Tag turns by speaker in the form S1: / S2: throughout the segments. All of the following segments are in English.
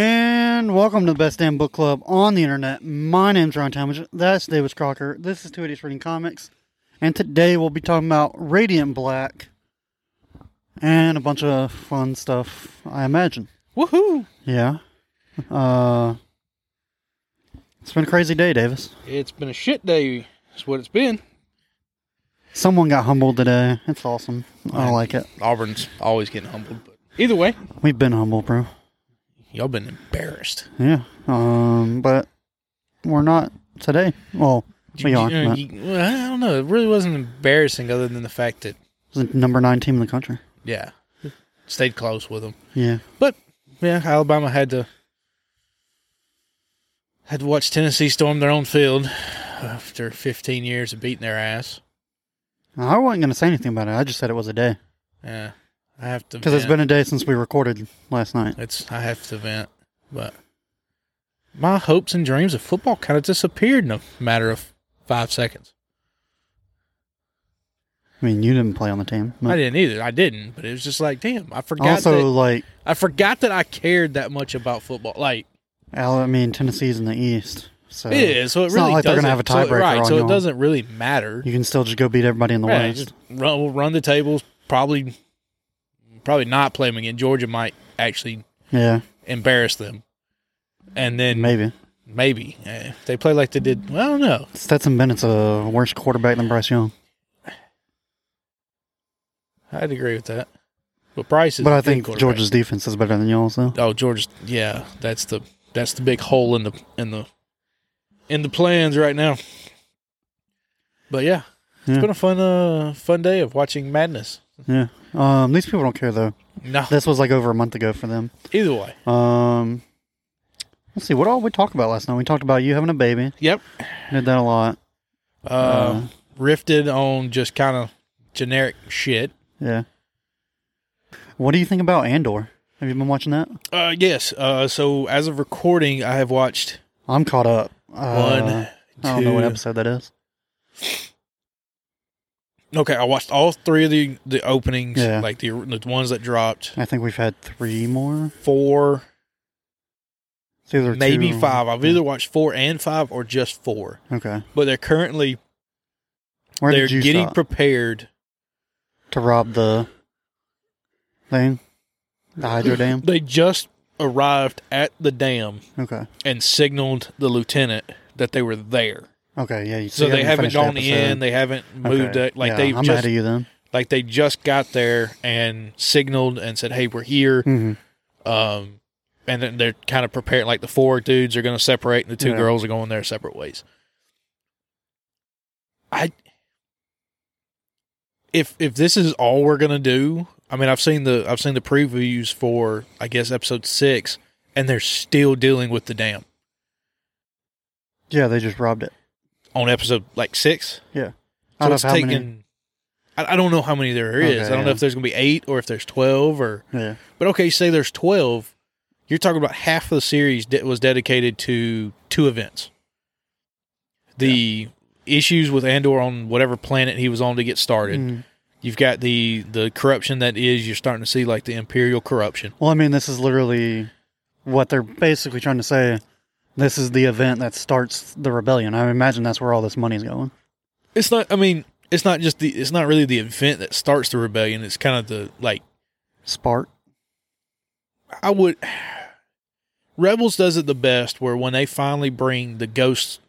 S1: everyone. Welcome to the Best Damn Book Club on the internet. My name's Ron Talmadge. That's Davis Crocker. This is Two Idiots Reading Comics. And today we'll be talking about Radiant Black and a bunch of fun stuff, I imagine.
S2: Woohoo!
S1: Yeah. Uh, it's been a crazy day, Davis.
S2: It's been a shit day. It's what it's been.
S1: Someone got humbled today. It's awesome. I like it.
S3: Auburn's always getting humbled, but
S2: Either way,
S1: We've been humbled, bro.
S3: y'all been embarrassed.
S1: Yeah. Um, but we're not today. Well, we
S3: You- uh,
S1: are.
S3: you-
S1: but
S3: you- well, I don't know. It really wasn't embarrassing, other than the fact that
S1: it's the number nine team in the country.
S3: yeah, stayed close with them.
S1: Yeah.
S3: But yeah, Alabama had to had to watch Tennessee storm their own field after 15 years of beating their ass.
S1: I wasn't going to say anything about it. I just said it was a day
S3: Yeah, I have to
S1: because it's been a day since we recorded last night.
S3: It's I have to vent, but my hopes and dreams of football kind of disappeared in a matter of five seconds.
S1: I mean, you didn't play on the team. but
S3: I didn't either. I didn't, but it was just like, damn, I forgot.
S1: Hmm. also,
S3: that,
S1: like,
S3: I forgot that I cared that much about football. Like
S1: Al- I mean, Tennessee's in the East, so
S3: it is, so it
S1: Uh, it's
S3: really
S1: not like they're
S3: doesn't
S1: gonna have a
S3: so it-
S1: tiebreaker
S3: right?
S1: on
S3: So
S1: y'all.
S3: it doesn't really matter.
S1: you can still just go beat everybody in the
S3: Right,
S1: West.
S3: just run, we'll run the tables. Probably, probably not play them again. Georgia might actually
S1: Yeah,
S3: embarrass them, and then maybe,
S1: maybe.
S3: eh, if they play like they did. Well, I don't know.
S1: Stetson Bennett's a worse quarterback than Bryce Young,
S3: I'd agree with that. But Bryce is.
S1: but
S3: a
S1: I
S3: good
S1: think
S3: quarterback.
S1: Georgia's defense is better than y'all's. Though
S3: Oh, Georgia's. Yeah, that's the that's the big hole in the in the in the plans right now. But yeah,
S1: Yeah.
S3: it's been a fun uh fun day of watching madness.
S1: Yeah. Um, these people don't care though.
S3: No,
S1: This was like over a month ago for them.
S3: either way.
S1: Um, let's see what all we talked about last night. We talked about you having a baby.
S3: Yep.
S1: Did that a lot.
S3: Uh,
S1: Uh-huh.
S3: Rifted on just kind of generic shit.
S1: Yeah. What do you think about Andor? Have you been watching that?
S3: Uh, yes. Uh, so as of recording, I have watched
S1: I'm caught up.
S3: one.
S1: Uh, I don't know what
S3: two-
S1: episode that is.
S3: Okay, I watched all three of the the openings,
S1: Yeah.
S3: like the the ones that dropped.
S1: I think we've had three more.
S3: Four,
S1: It's either
S3: maybe
S1: two-
S3: five. I've either watched four and five or just four.
S1: Okay.
S3: But they're currently
S1: Where
S3: they're
S1: did you
S3: getting
S1: stop
S3: prepared.
S1: to rob the thing? The hydro dam.
S3: They just arrived at the dam
S1: Okay.
S3: and signaled the lieutenant that they were there.
S1: Okay. Yeah. You
S3: So
S1: you
S3: they haven't
S1: finished the
S3: gone in.
S1: episode.
S3: They haven't moved.
S1: Okay.
S3: It. Like
S1: Yeah,
S3: they
S1: I'm
S3: just
S1: ahead of you then.
S3: like they just got there and signaled and said, "Hey, we're here."
S1: Mm-hmm.
S3: Um, and then they're kind of preparing. Like the four dudes are going to separate, and the two
S1: Yeah.
S3: girls are going their separate ways. I, if if this is all we're going to do, I mean, I've seen the I've seen the previews for I guess episode six, and they're still dealing with the dam
S1: Yeah, they just robbed it.
S3: on episode like six.
S1: Yeah.
S3: So it's taken.
S1: many?
S3: I, I don't know how many there is.
S1: Okay,
S3: I don't
S1: yeah.
S3: know if there's going to be eight or if there's twelve or
S1: Yeah.
S3: But okay, say there's 12. You're talking about half of the series de- was dedicated to two events. The issues with Andor on whatever planet he was on to get started.
S1: Mhm.
S3: You've got the the corruption that is you're starting to see like the imperial corruption.
S1: Well, I mean, this is literally what they're basically trying to say. This is the event that starts the rebellion. I imagine that's where all this money's going.
S3: It's not I mean, it's not just the it's not really the event that starts the rebellion, it's kind of the like
S1: Spark.
S3: I would Rebels does it the best where when they finally bring the ghost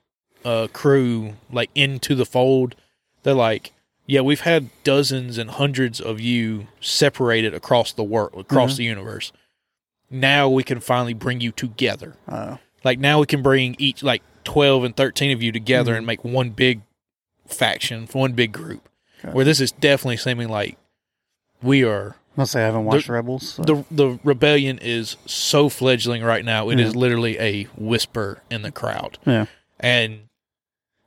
S3: uh, crew like into the fold, they're like, Yeah, we've had dozens and hundreds of you separated across the world across
S1: Mhm.
S3: the universe. Now we can finally bring you together.
S1: Oh,
S3: Like now we can bring each like twelve and thirteen of you together
S1: Mhm.
S3: and make one big faction, one big group.
S1: Gotcha.
S3: Where this is definitely seeming like we are
S1: must say I haven't watched Rebels. so-
S3: the the rebellion is so fledgling right now. It is
S1: Yeah.
S3: literally a whisper in the crowd,
S1: yeah,
S3: and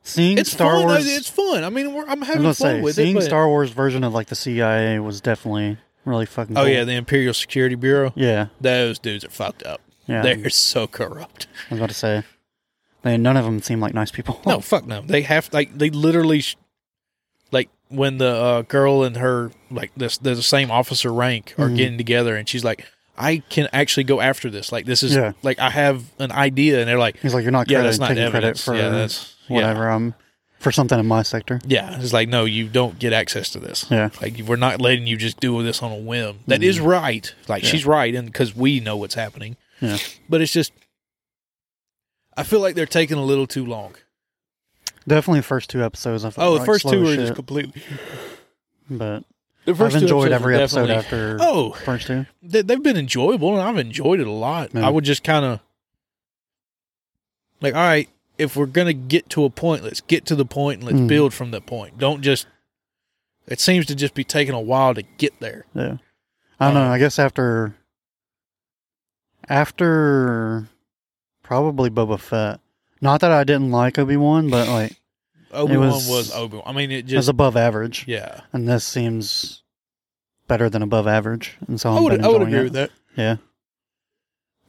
S1: seeing
S3: it's
S1: Star
S3: fun.
S1: Wars.
S3: It's fun. I mean, we're, I'm
S1: I
S3: having
S1: was gonna
S3: fun
S1: say
S3: with
S1: seeing
S3: it. but-
S1: Star Wars version of like the CIA was definitely really fucking.
S3: oh
S1: cool.
S3: yeah, the Imperial Security Bureau.
S1: yeah,
S3: Those dudes are fucked up.
S1: yeah. I
S3: They're so corrupt.
S1: was about to say, they none of them seem like nice people.
S3: No, fuck no. They have like they literally, sh- like when the uh, girl and her like this, they're the same officer rank are
S1: Mhm.
S3: getting together, and she's like, I can actually go after this. Like this is
S1: Yeah.
S3: like I have an idea, and they're like,
S1: He's like, you're not
S3: yeah,
S1: credit,
S3: that's not
S1: taking credit
S3: evidence.
S1: for
S3: yeah, that's yeah.
S1: whatever. Um, for something in my sector.
S3: Yeah, it's like no, you don't get access to this.
S1: Yeah. Mm-hmm.
S3: like we're not letting you just do this on a whim. That is right. Like
S1: Yeah.
S3: she's right, and because we know what's happening.
S1: Yeah.
S3: but it's just I feel like they're taking a little too long.
S1: Definitely the first two episodes. I felt
S3: Oh, the
S1: like
S3: first
S1: slow
S3: two
S1: as
S3: are
S1: shit,
S3: just completely.
S1: But
S3: The first
S1: I've
S3: two
S1: enjoyed
S3: episodes
S1: every
S3: were
S1: episode
S3: definitely-
S1: after
S3: Oh,
S1: first two.
S3: they, they've been enjoyable, and I've enjoyed it a lot.
S1: Yeah.
S3: I would just kind of like, all right, if we're gonna get to a point, let's get to the point and let's
S1: Mhm.
S3: build from that point. Don't just. It seems to just be taking a while to get there.
S1: Yeah. I don't know.
S3: Uh,
S1: I guess after after probably Boba Fett. Not that I didn't like Obi Wan, but like
S3: Obi Wan was,
S1: was-
S3: Obi. I mean, it
S1: it was
S3: just
S1: above average,
S3: yeah.
S1: and this seems better than above average. And so
S3: I
S1: I'm
S3: would I would agree
S1: it.
S3: with that.
S1: Yeah.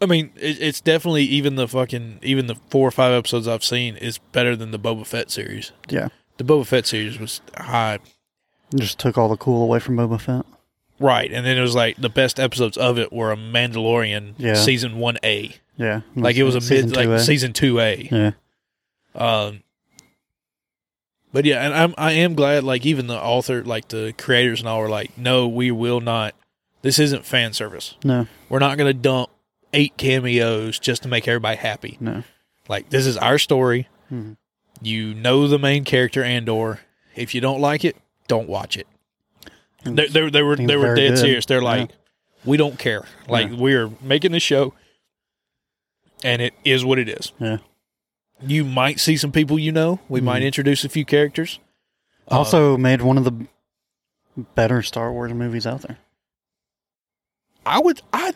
S3: I mean, it, it's definitely even the fucking even the four or five episodes I've seen is better than the Boba Fett series.
S1: Yeah.
S3: the Boba Fett series was high,
S1: Just took all the cool away from Boba Fett.
S3: right? And then it was like the best episodes of it were a Mandalorian
S1: Yeah.
S3: season one A,
S1: Yeah.
S3: like it was a
S1: Season
S3: mid like
S1: 2A.
S3: season two A.
S1: Yeah.
S3: Um, but yeah, and I'm I am glad like even the author like the creators and all were like, no, we will not. This isn't fan service.
S1: No.
S3: We're not going to dump eight cameos just to make everybody happy.
S1: No.
S3: Like this is our story.
S1: Mhm.
S3: You know the main character Andor. If you don't like it, don't watch it. They, they, they were
S1: Seems
S3: they were
S1: very
S3: dead
S1: good.
S3: serious. They're
S1: Yeah.
S3: like, we don't care. Like
S1: Yeah.
S3: we're making this show, and it is what it is.
S1: Yeah. Mm-hmm.
S3: You might see some people you know. We might introduce a few characters. Uh,
S1: Also made one of the better Star Wars movies out there.
S3: I would I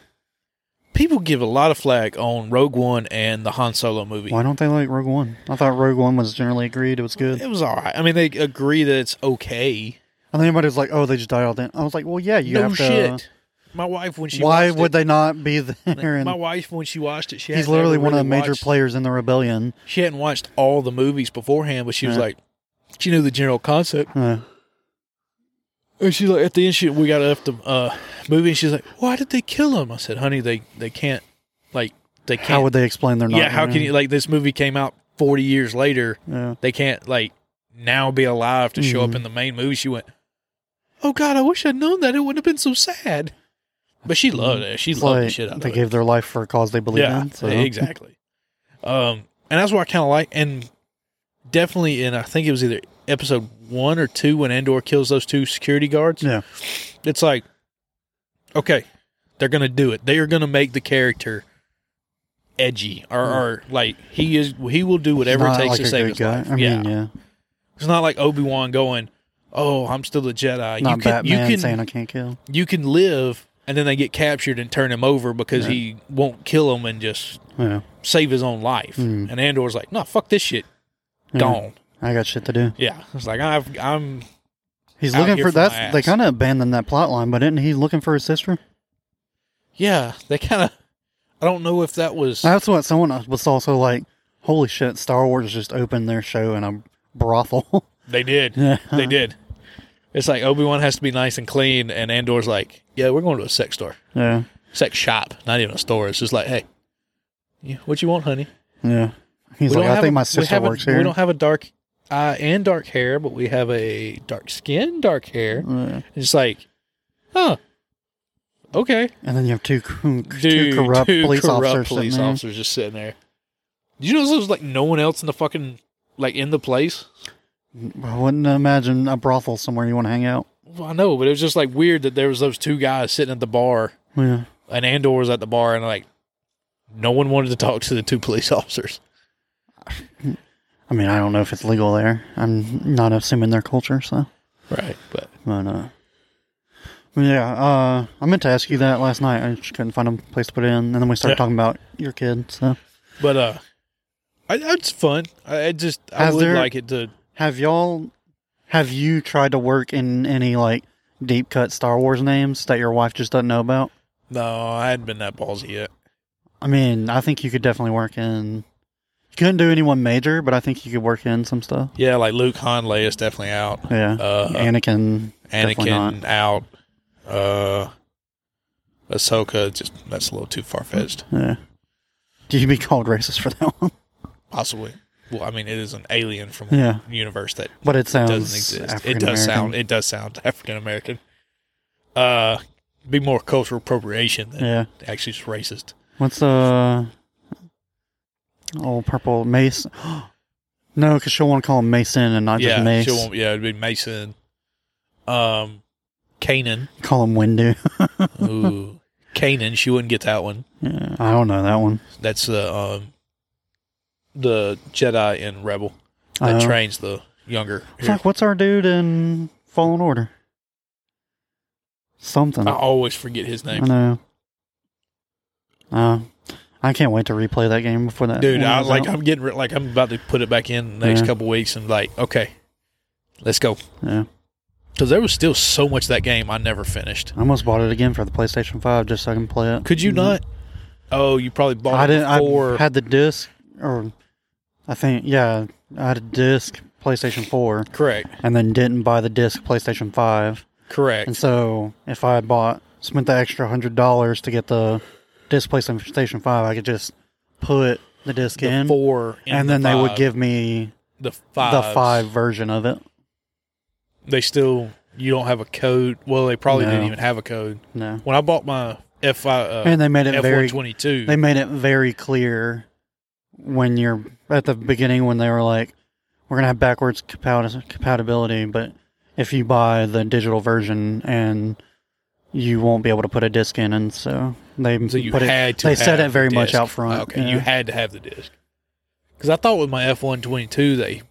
S3: people give a lot of flag on Rogue One and the Han Solo movie.
S1: Why don't they like Rogue One? I thought Rogue One was generally agreed. It was good.
S3: It was all right. I mean, they agree that it's okay.
S1: And then everybody was like, "Oh, they just dialed in." I was like, "Well, yeah, you
S3: no
S1: have to."
S3: shit. My wife when she
S1: Why
S3: watched
S1: would
S3: it,
S1: they not be there?
S3: my
S1: And
S3: wife when she watched it, she
S1: he's
S3: hadn't
S1: literally
S3: ever
S1: one of the
S3: really
S1: major
S3: watched-
S1: players in the rebellion.
S3: She hadn't watched all the movies beforehand, but she was
S1: Yeah.
S3: like, she knew the general concept.
S1: Uh,
S3: And she like at the end, she we got up the uh, movie, and she's like, "Why did they kill him?" I said, "Honey, they they can't like they can't."
S1: how would they explain they're not?
S3: yeah, how
S1: there?
S3: can you like this movie came out forty years later?
S1: Yeah.
S3: They can't like now be alive to show up
S1: Mm-hmm.
S3: in the main movie. She went, "Oh God, I wish I'd known that. It wouldn't have been so sad." But she loved it. She
S1: It's
S3: loved the
S1: like
S3: shit out of
S1: they
S3: it.
S1: gave their life for a cause they believe
S3: yeah,
S1: in. So.
S3: exactly. Um, and that's what I kind of like, and definitely, and I think it was either episode one or two when Andor kills those two security guards.
S1: Yeah.
S3: It's like, okay, they're gonna do it. They are gonna make the character edgy, or, or like he is. He will do whatever it
S1: Mm. Not
S3: takes
S1: like
S3: to
S1: a
S3: save
S1: good
S3: his
S1: guy.
S3: life.
S1: I mean,
S3: yeah.
S1: yeah,
S3: it's not like Obi Wan going, "Oh, I'm still a Jedi."
S1: not
S3: you can,
S1: Batman
S3: you can,
S1: saying I can't kill.
S3: you can live, and then they get captured and turn him over because
S1: Right.
S3: he won't kill him and just
S1: Yeah,
S3: save his own life.
S1: Mm.
S3: And Andor's like, no, fuck this shit.
S1: Yeah.
S3: Gone.
S1: I got shit to do.
S3: Yeah. It's like, I've, I'm,
S1: He's
S3: Out
S1: looking
S3: here
S1: for
S3: for my
S1: that's They
S3: ass.
S1: kind of abandoned that plot line, but isn't he looking for his sister?
S3: yeah, they kind of, I don't know if that was,
S1: That's what someone else was also like. Holy shit! Star Wars just opened their show in a brothel.
S3: they did. They did. It's like Obi Wan has to be nice and clean, and Andor's like, yeah, we're going to a sex store,
S1: yeah,
S3: sex shop, not even a store. It's just like, hey, yeah, what you want, honey?
S1: yeah. He's
S3: We
S1: like,
S3: don't
S1: I
S3: have
S1: think
S3: a-
S1: my
S3: we
S1: sister
S3: have a-
S1: works here.
S3: We don't have a dark eye and dark hair, but we have a dark skin, dark hair.
S1: Yeah.
S3: It's like, huh, okay.
S1: And then you have two cr-
S3: Dude,
S1: two corrupt
S3: two
S1: police
S3: corrupt
S1: officers.
S3: police
S1: sitting there.
S3: officers just sitting there. Did you know there was like no one else in the fucking like in the place?
S1: I wouldn't imagine a brothel somewhere you want to hang out.
S3: Well, I know, but it was just like weird that there was those two guys sitting at the bar,
S1: Yeah,
S3: and Andor was at the bar, and like no one wanted to talk to the two police officers.
S1: I mean, I don't know if it's legal there. I'm not assuming their culture, so.
S3: Right, but
S1: But uh, yeah, uh, I meant to ask you that last night. I just couldn't find a place to put it in, and then we started
S3: Yeah.
S1: talking about your kid. So,
S3: but uh, I, it's fun. I, I just I
S1: Has
S3: would
S1: there-
S3: like it to.
S1: have y'all? Have you tried to work in any like deep cut Star Wars names that your wife just doesn't know about?
S3: No, I hadn't been that ballsy yet.
S1: I mean, I think you could definitely work in. You couldn't do anyone major, but I think you could work in some stuff.
S3: Yeah, like Luke Han Leia's definitely out.
S1: Yeah,
S3: Uh,
S1: Anakin. definitely
S3: Anakin out. Uh, Ahsoka, just that's a little too far fetched.
S1: Yeah. Do you be called racist for that one?
S3: Possibly. Well, I mean, it is an alien from
S1: Yeah.
S3: a universe that
S1: But it sounds
S3: doesn't exist. It
S1: African-American.
S3: does sound. It does sound African American. Uh, be more cultural appropriation than
S1: Yeah.
S3: actually just racist.
S1: What's uh old purple mace? no, because she'll want to call him Mason and not
S3: yeah,
S1: just Mace.
S3: she won't- yeah, it'd be Mason. Um, Canaan.
S1: Call him Windu.
S3: Ooh, Canaan. She wouldn't get that one.
S1: yeah, I don't know that one.
S3: That's the um, the Jedi in Rebel that
S1: Uh,
S3: trains the younger.
S1: Fuck, what's our dude in Fallen Order? Something.
S3: I always forget his
S1: I
S3: name.
S1: know. Uh, I can't wait to replay that game before that.
S3: dude
S1: one
S3: i
S1: goes
S3: like
S1: out.
S3: i'm getting re- like i'm about to put it back in the next
S1: Yeah.
S3: couple weeks and like okay let's go
S1: yeah,
S3: because there was still so much of that game i never finished
S1: I almost bought it again for the PlayStation Five just so I can play it.
S3: could you
S1: Mhm.
S3: not oh you probably bought
S1: I
S3: it
S1: didn't.
S3: before
S1: I had the disc, or I think yeah, I had a disc PlayStation Four,
S3: correct
S1: and then didn't buy the disc PlayStation Five.
S3: correct
S1: And so if I had bought spent the extra hundred dollars to get the disc PlayStation Five, I could just put the disc
S3: the
S1: in,
S3: four and,
S1: and
S3: the
S1: then they would
S3: five.
S1: give me
S3: the five
S1: the five version of it.
S3: they still you don't have a code well they probably
S1: No.
S3: didn't even have a code
S1: No,
S3: when i bought my f uh,
S1: and they made it very
S3: f-122
S1: they made it very clear when you're at the beginning when they were like we're gonna have backwards compat- compatibility but if you buy the digital version and you won't be able to put a disc in and so they
S3: So you
S1: put it
S3: had to.
S1: they
S3: have
S1: said it very
S3: the
S1: much
S3: disc.
S1: out front,
S3: Okay,
S1: yeah.
S3: you had to have the disc. Because I thought with my F one twenty two, they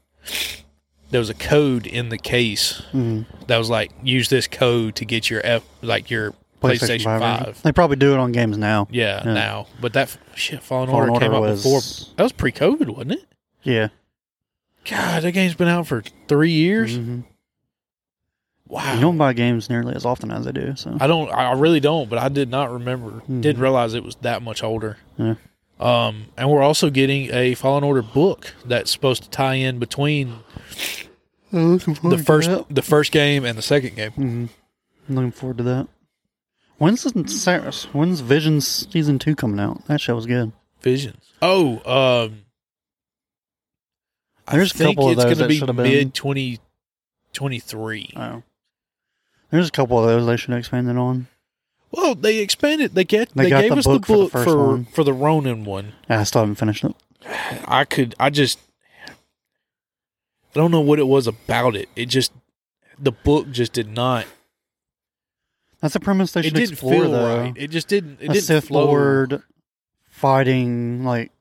S3: there was a code in the case
S1: Mhm.
S3: that was like use this code to get your F like your PlayStation,
S1: version.
S3: Five.
S1: they probably do it on games now
S3: Yeah,
S1: Yeah.
S3: now, but that f- shit Fallen,
S1: Fallen
S3: Order came
S1: Order
S3: out
S1: was-
S3: before. That was pre COVID, wasn't it?
S1: yeah
S3: God, that game's been out for three years.
S1: Mhm.
S3: Wow.
S1: you don't buy games nearly as often as they do so
S3: I don't. I really don't. But I did not remember.
S1: Mhm.
S3: Didn't realize it was that much older.
S1: Yeah.
S3: Um, and we're also getting a Fallen Order book that's supposed to tie in between
S1: I'm looking forward
S3: the
S1: to
S3: first
S1: that.
S3: the first game and the second game.
S1: Mhm. I'm looking forward to that when's the Sarah- when's Vision season 2 coming out that show was good
S3: Visions. Oh, um,
S1: There's a
S3: I think
S1: couple of
S3: it's
S1: those
S3: gonna
S1: that should have
S3: be
S1: been.
S3: mid twenty twenty three.
S1: Oh. There's a couple of those they should expand it on.
S3: Well, they expanded. They get
S1: They
S3: they,
S1: got
S3: gave
S1: the
S3: us
S1: book
S3: the
S1: for the
S3: book for
S1: first
S3: for,
S1: one.
S3: the Ronin one.
S1: Yeah, Ah, I still haven't finished it.
S3: I could. I just. I don't know what it was about it. It just the book just did not
S1: That's a premise they
S3: it
S1: should
S3: didn't
S1: explore,
S3: feel
S1: though.
S3: right. It just didn't. It
S1: a
S3: didn't
S1: Sith
S3: flow.
S1: Lord fighting like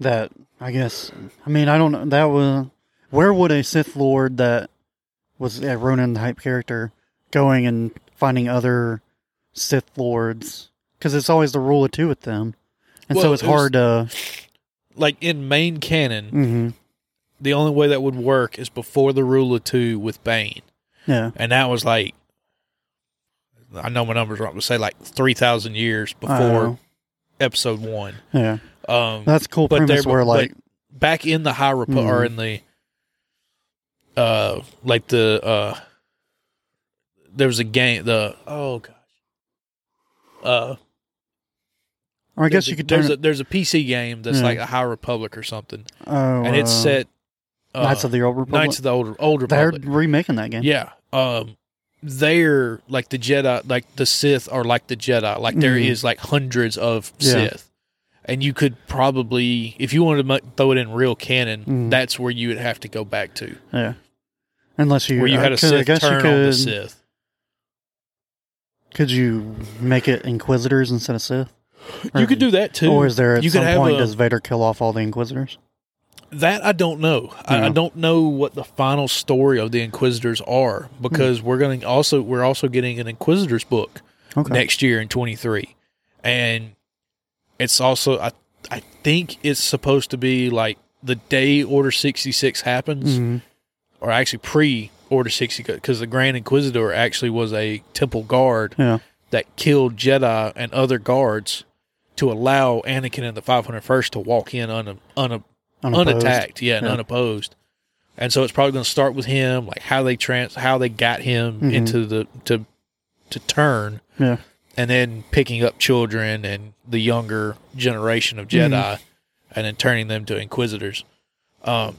S1: that. I guess. I mean, I don't know. That was where would a Sith Lord that was a Ronin type character going and finding other Sith Lords? Because it's always the rule of two with them, and so
S3: Well,
S1: it's
S3: it was-
S1: hard to.
S3: Like in main canon,
S1: hmm
S3: the only way that would work is before the rule of two with Bane,
S1: yeah,
S3: and that was like, I know my numbers wrong, but say like three thousand years
S1: I don't
S3: before
S1: know.
S3: episode one.
S1: Yeah,
S3: Um,
S1: that's a cool
S3: But
S1: premise.
S3: there-
S1: Where
S3: but-
S1: like,
S3: back in the High Republic or
S1: Mhm.
S3: in the, uh, like the uh, there was a game. The oh gosh, uh,
S1: or I guess
S3: there's
S1: you
S3: a-
S1: could turn.
S3: there's
S1: it
S3: a there's a PC game that's
S1: Yeah.
S3: like a High Republic or something.
S1: Oh,
S3: and it's
S1: uh,
S3: set uh,
S1: Knights of the Old Republic.
S3: Knights of the Old, Old
S1: They're
S3: Republic.
S1: remaking that game.
S3: Yeah, um, they're like the Jedi, like the Sith are like the Jedi. Like there is
S1: Mhm.
S3: like hundreds of
S1: Yeah.
S3: Sith, and you could probably, if you wanted to mu- throw it in real canon,
S1: Mhm.
S3: that's where you would have to go back to,
S1: Yeah. Unless you,
S3: where you had a
S1: uh, 'cause I
S3: Sith
S1: guess you
S3: turn on the
S1: could.
S3: Sith.
S1: Could you make it Inquisitors instead of Sith? Or-
S3: You could do that too.
S1: Or is there at
S3: you could
S1: some
S3: have
S1: point
S3: a-
S1: does Vader kill off all the Inquisitors?
S3: That I don't know. I,
S1: Yeah.
S3: I don't know what the final story of the Inquisitors are because we're going to also we're also getting an Inquisitors book
S1: Okay.
S3: next year in 23 and it's also I, I think it's supposed to be like the day order 66 happens
S1: Mhm.
S3: or actually pre order 60 because the grand inquisitor actually was a temple guard
S1: Yeah.
S3: that killed jedi and other guards to allow anakin and the 501st to walk in un, un,
S1: Unopposed.
S3: unattacked yeah, and
S1: Yeah.
S3: unopposed and so it's probably going to start with
S1: Mm-hmm.
S3: him like how they trans how they got him
S1: Mhm.
S3: into the to to turn
S1: Yeah.
S3: and then picking up children and the younger generation of Jedi,
S1: Mm-hmm.
S3: and then turning them to Inquisitors. Um,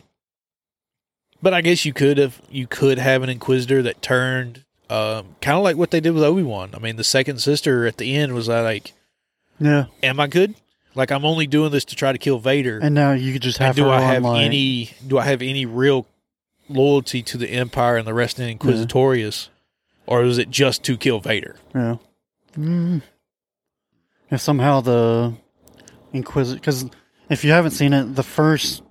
S3: but I guess you could have you could have an Inquisitor that turned um, kind of like what they did with Obi Wan. I mean, the second sister at the end was like,
S1: Yeah.
S3: "Am I good? Like, I'm only doing this to try to kill Vader."
S1: And now you could just have
S3: and do
S1: her
S3: I
S1: on,
S3: have
S1: like-
S3: any do I have any real loyalty to the Empire and the rest of the Inquisitorius, or is it just to kill Vader?
S1: Yeah. Mm. If somehow the Inquisitor, because if you haven't seen it, the first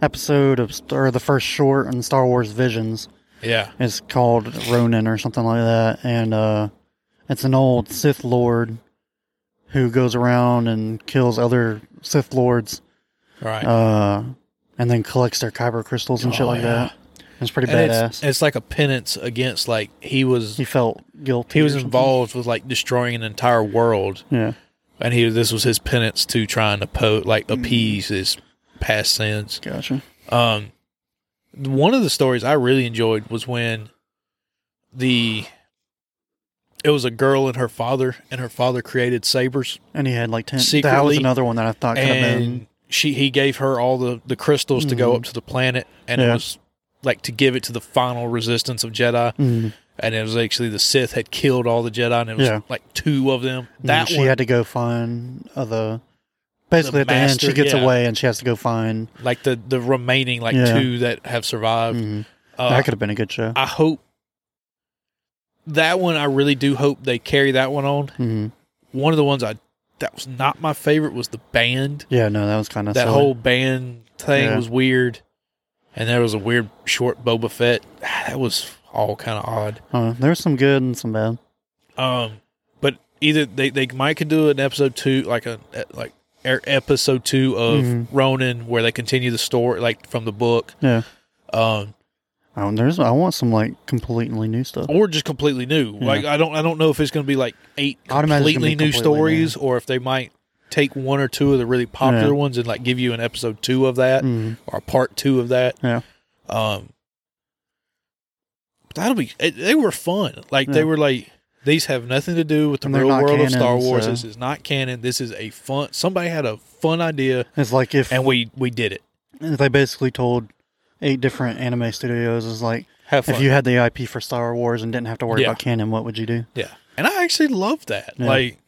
S1: episode of or the first short in Star Wars Visions
S3: Yeah,
S1: is called Ronin or something like that, and uh, it's an old Sith Lord who goes around and kills other Sith Lords,
S3: right.
S1: uh, and then collects their kyber crystals and shit
S3: Oh,
S1: like
S3: yeah.
S1: that. It's pretty
S3: And
S1: badass.
S3: it's, it's like a penance against like he was
S1: he felt guilty.
S3: he
S1: or
S3: was
S1: something.
S3: involved with like destroying an entire world,
S1: Yeah.
S3: and he this was his penance to trying to po- like
S1: Mm-hmm.
S3: appease his past sins.
S1: Gotcha.
S3: Um, one of the stories I really enjoyed was when the it was a girl and her father, and her father created sabers,
S1: And he had like ten. that
S3: Secretly,
S1: was another one that I thought could have been.
S3: and she he gave her all the the crystals to go
S1: Mhm.
S3: up to the planet, and it
S1: Yeah.
S3: was like to give it to the final resistance of Jedi,
S1: Mm.
S3: and it was actually the Sith had killed all the Jedi, and it was
S1: Yeah.
S3: like two of them. That
S1: she
S3: one,
S1: had to go find uh, the. Basically,
S3: The
S1: at the end, she
S3: master,
S1: gets
S3: yeah.
S1: away and she has to go find.
S3: like the the remaining like
S1: Yeah.
S3: two that have survived.
S1: Mhm.
S3: Uh,
S1: that could have been a good show.
S3: I hope that one. I really do hope they carry that one on.
S1: Mhm.
S3: One of the ones I that was not my favorite was the band.
S1: Yeah, no, that was kind of
S3: that whole band thing
S1: Yeah.
S3: was weird, and there was a weird short Boba Fett. Ah, That was all kind of odd.
S1: Uh, there was some good and some bad.
S3: Um, but either they they might could do an episode two, like a like er, episode two of
S1: Mhm.
S3: Ronin, where they continue the story like from the book.
S1: Yeah,
S3: Um,
S1: I want- there's. I want some like completely new stuff.
S3: or just completely new.
S1: Yeah.
S3: Like I don't I don't know if it's going to be like eight
S1: I'd imagine it's gonna
S3: completely
S1: be
S3: new
S1: completely
S3: stories, or if they might take one or two of the really popular
S1: Yeah.
S3: ones and like give you an episode two of that
S1: Mhm.
S3: or a part two of that.
S1: Yeah.
S3: Um. but That'll be. It, they were fun. Like they
S1: Yeah.
S3: were like these have nothing to do with the
S1: And they're
S3: real
S1: not
S3: world of Star
S1: canon,
S3: Wars.
S1: so-
S3: This is not canon. This is a fun. Somebody had a fun idea,
S1: It's like if
S3: and we we did it.
S1: if they basically told eight different anime studios is like
S3: Have fun.
S1: if you had the IP for Star Wars and didn't have to worry
S3: Yeah.
S1: about canon, what would you do?
S3: Yeah. And I actually love that.
S1: Yeah.
S3: Like,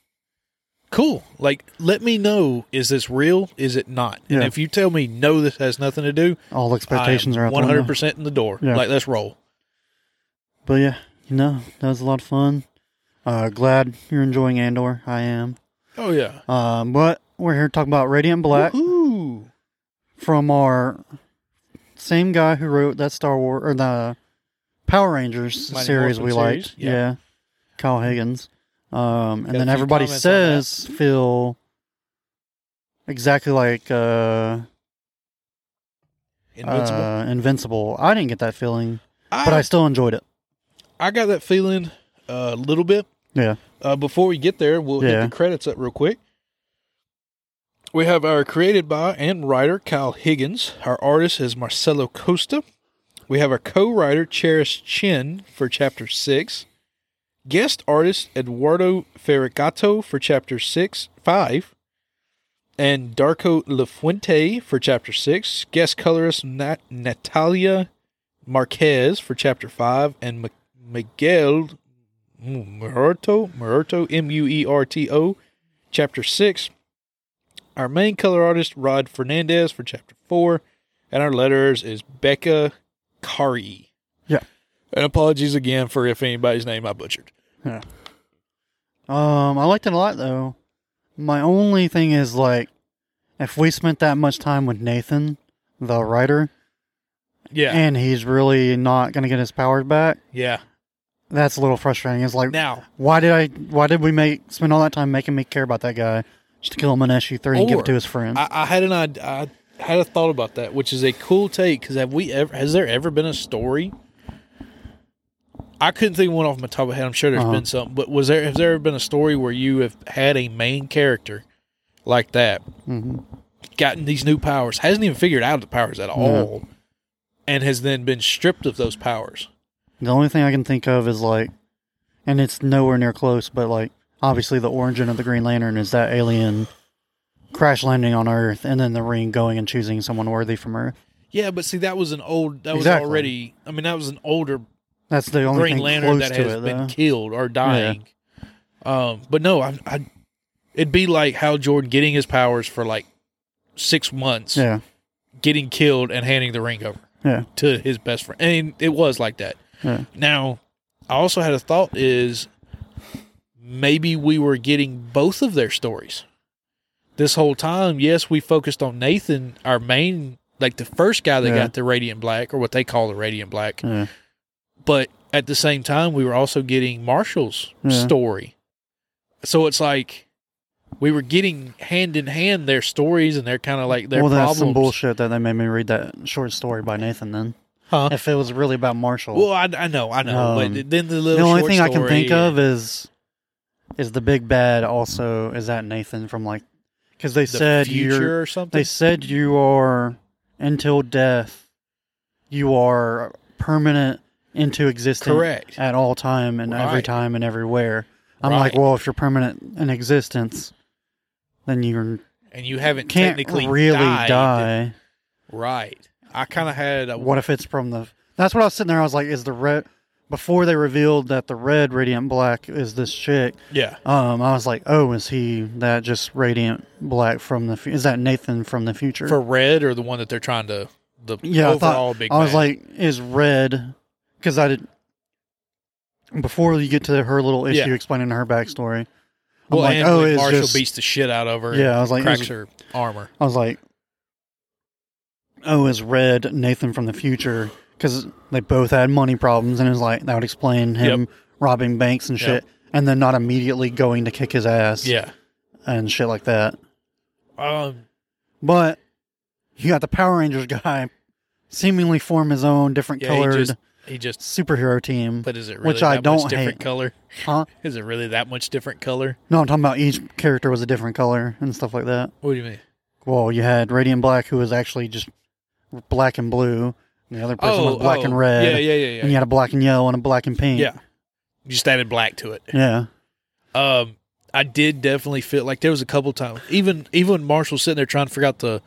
S3: cool. Like, let me know is this real? Is it not? And
S1: Yeah.
S3: if you tell me no, this has nothing to do,
S1: All
S3: I am
S1: expectations are out the window.
S3: 100% in the door.
S1: Yeah.
S3: Like, let's roll.
S1: But yeah, no, that was a lot of fun. Uh, glad you're enjoying Andor. I am.
S3: Oh, yeah.
S1: Um, but we're here talking about Radiant Black
S3: Ooh.
S1: from our same guy who wrote that Star Wars or the Power Rangers
S3: Mighty
S1: series
S3: Morphin
S1: we liked.
S3: series?
S1: Yeah.
S3: Yeah.
S1: Kyle Higgins. Um,
S3: Got
S1: and
S3: a
S1: then
S3: few
S1: everybody
S3: comments on that.
S1: says feel exactly like uh,
S3: Invincible.
S1: uh, Invincible. I didn't get that feeling, but
S3: I,
S1: I
S3: I,
S1: still enjoyed it.
S3: got that feeling a little bit.
S1: Yeah.
S3: Uh, before we get there, we'll
S1: Yeah.
S3: hit the credits up real quick. We have our created by and writer Kyle Higgins. Our artist is Marcelo Costa. We have our co-writer Cherish Chin for chapter six. Guest artist Eduardo Ferragato for chapter six five. And Darko Lafuente for chapter six. Guest colorist Nat- Natalia Marquez for chapter five. And M- Miguel Murto, Murto, M U E R T O, chapter six. Our main color artist, Rod Fernandez, for chapter four. And our letters is Becca Kari.
S1: Yeah.
S3: And apologies again for if anybody's name I butchered.
S1: Um, I liked it a lot though. My only thing is like, if we spent that much time with Nathan, the writer,
S3: Yeah.
S1: and he's really not gonna get his powers back,
S3: yeah.
S1: that's a little frustrating. It's like,
S3: Now,
S1: why did I? Why did we make spend all that time making me care about that guy just to kill him in issue three and give
S3: Or-
S1: it to his friend?
S3: I, I had an idea. I had a thought about that, which is a cool take. Because have we ever? Has there ever been a story? I couldn't think of one off my top of my head. I'm sure there's
S1: Uh-huh.
S3: been some, but was there? Has there ever been a story where you have had a main character like that,
S1: hmm
S3: gotten these new powers, hasn't even figured out the powers at all, and has then been stripped of those powers?
S1: The only thing I can think of is like, and it's nowhere near close, but like obviously the origin of the Green Lantern is that alien crash landing on Earth and then the ring going and choosing someone worthy from Earth.
S3: Yeah, but see, that was an old. That was
S1: Exactly.
S3: already. I mean, that was an older
S1: That's the only
S3: Green
S1: thing
S3: Lantern
S1: close
S3: that
S1: to
S3: has
S1: it.
S3: been
S1: though.
S3: killed or dying. Um, but no, I, I. It'd be like Hal Jordan getting his powers for like six months,
S1: yeah,
S3: getting killed, and handing the ring over
S1: yeah,
S3: to his best friend. And it was like that.
S1: yeah.
S3: Now, I also had a thought: is maybe we were getting both of their stories this whole time? Yes, we focused on Nathan, our main, like the first guy that
S1: Yeah.
S3: got the Radiant Black, or what they call the Radiant Black.
S1: yeah.
S3: But at the same time, we were also getting Marshall's
S1: Yeah.
S3: story. So it's like we were getting hand in hand their stories and their kind of like their
S1: Well, that's
S3: problems.
S1: some bullshit that they made me read that short story by Nathan. Then,
S3: Huh?
S1: if it was really about Marshall,
S3: Well, I, I know, I know,
S1: Um,
S3: but then the little
S1: the only
S3: short
S1: thing I can
S3: story
S1: think
S3: and-
S1: of is is the big bad. Also, is that Nathan from like because they
S3: the
S1: said you're
S3: future or something.
S1: they said you are until death. You are permanent into existence.
S3: Correct.
S1: at all time and every
S3: Right.
S1: time and everywhere. I'm like,
S3: Right.
S1: well, if you're permanent in existence, then you
S3: and you haven't
S1: can't
S3: technically
S1: really
S3: died.
S1: die.
S3: Right. I kind of had a,
S1: What if it's from the? That's what I was sitting there. I was like, is the red before they revealed that the red radiant black is this chick?
S3: yeah.
S1: Um, I was like, oh, is he that just radiant black from the? fu- Is that Nathan from the future?
S3: For red or the one that they're trying to the
S1: yeah, I thought-
S3: overall big.
S1: I was
S3: bad.
S1: like, is red because I did before you get to her little issue
S3: Yeah.
S1: explaining her backstory. I'm
S3: well,
S1: like,
S3: and
S1: oh,
S3: when
S1: it's
S3: Marshall
S1: just-
S3: beats the shit out of her.
S1: Yeah,
S3: and
S1: I was like, it
S3: cracks
S1: was-
S3: her armor.
S1: I was like, oh, is Red Nathan from the future? Because they both had money problems, and it was like that would explain him robbing banks and shit, and then not immediately going to kick his ass,
S3: Yeah.
S1: and shit like that.
S3: Um.
S1: But you got the Power Rangers guy seemingly form his own different
S3: Yeah.
S1: colored
S3: He just. He just.
S1: superhero team.
S3: But is it really
S1: Which
S3: that
S1: I don't
S3: much different
S1: hate.
S3: color?
S1: huh?
S3: Is it really that much different color?
S1: No, I'm talking about each character was a different color and stuff like that.
S3: What do you mean?
S1: Well, you had Radiant Black, who was actually just black and blue, and the other person was black
S3: oh,
S1: and red.
S3: Yeah, yeah, yeah, yeah.
S1: and you had a black and yellow and a black and pink.
S3: yeah. You just added black to it.
S1: yeah,
S3: um I did definitely feel like there was a couple times even even when Marshall was sitting there trying to figure out the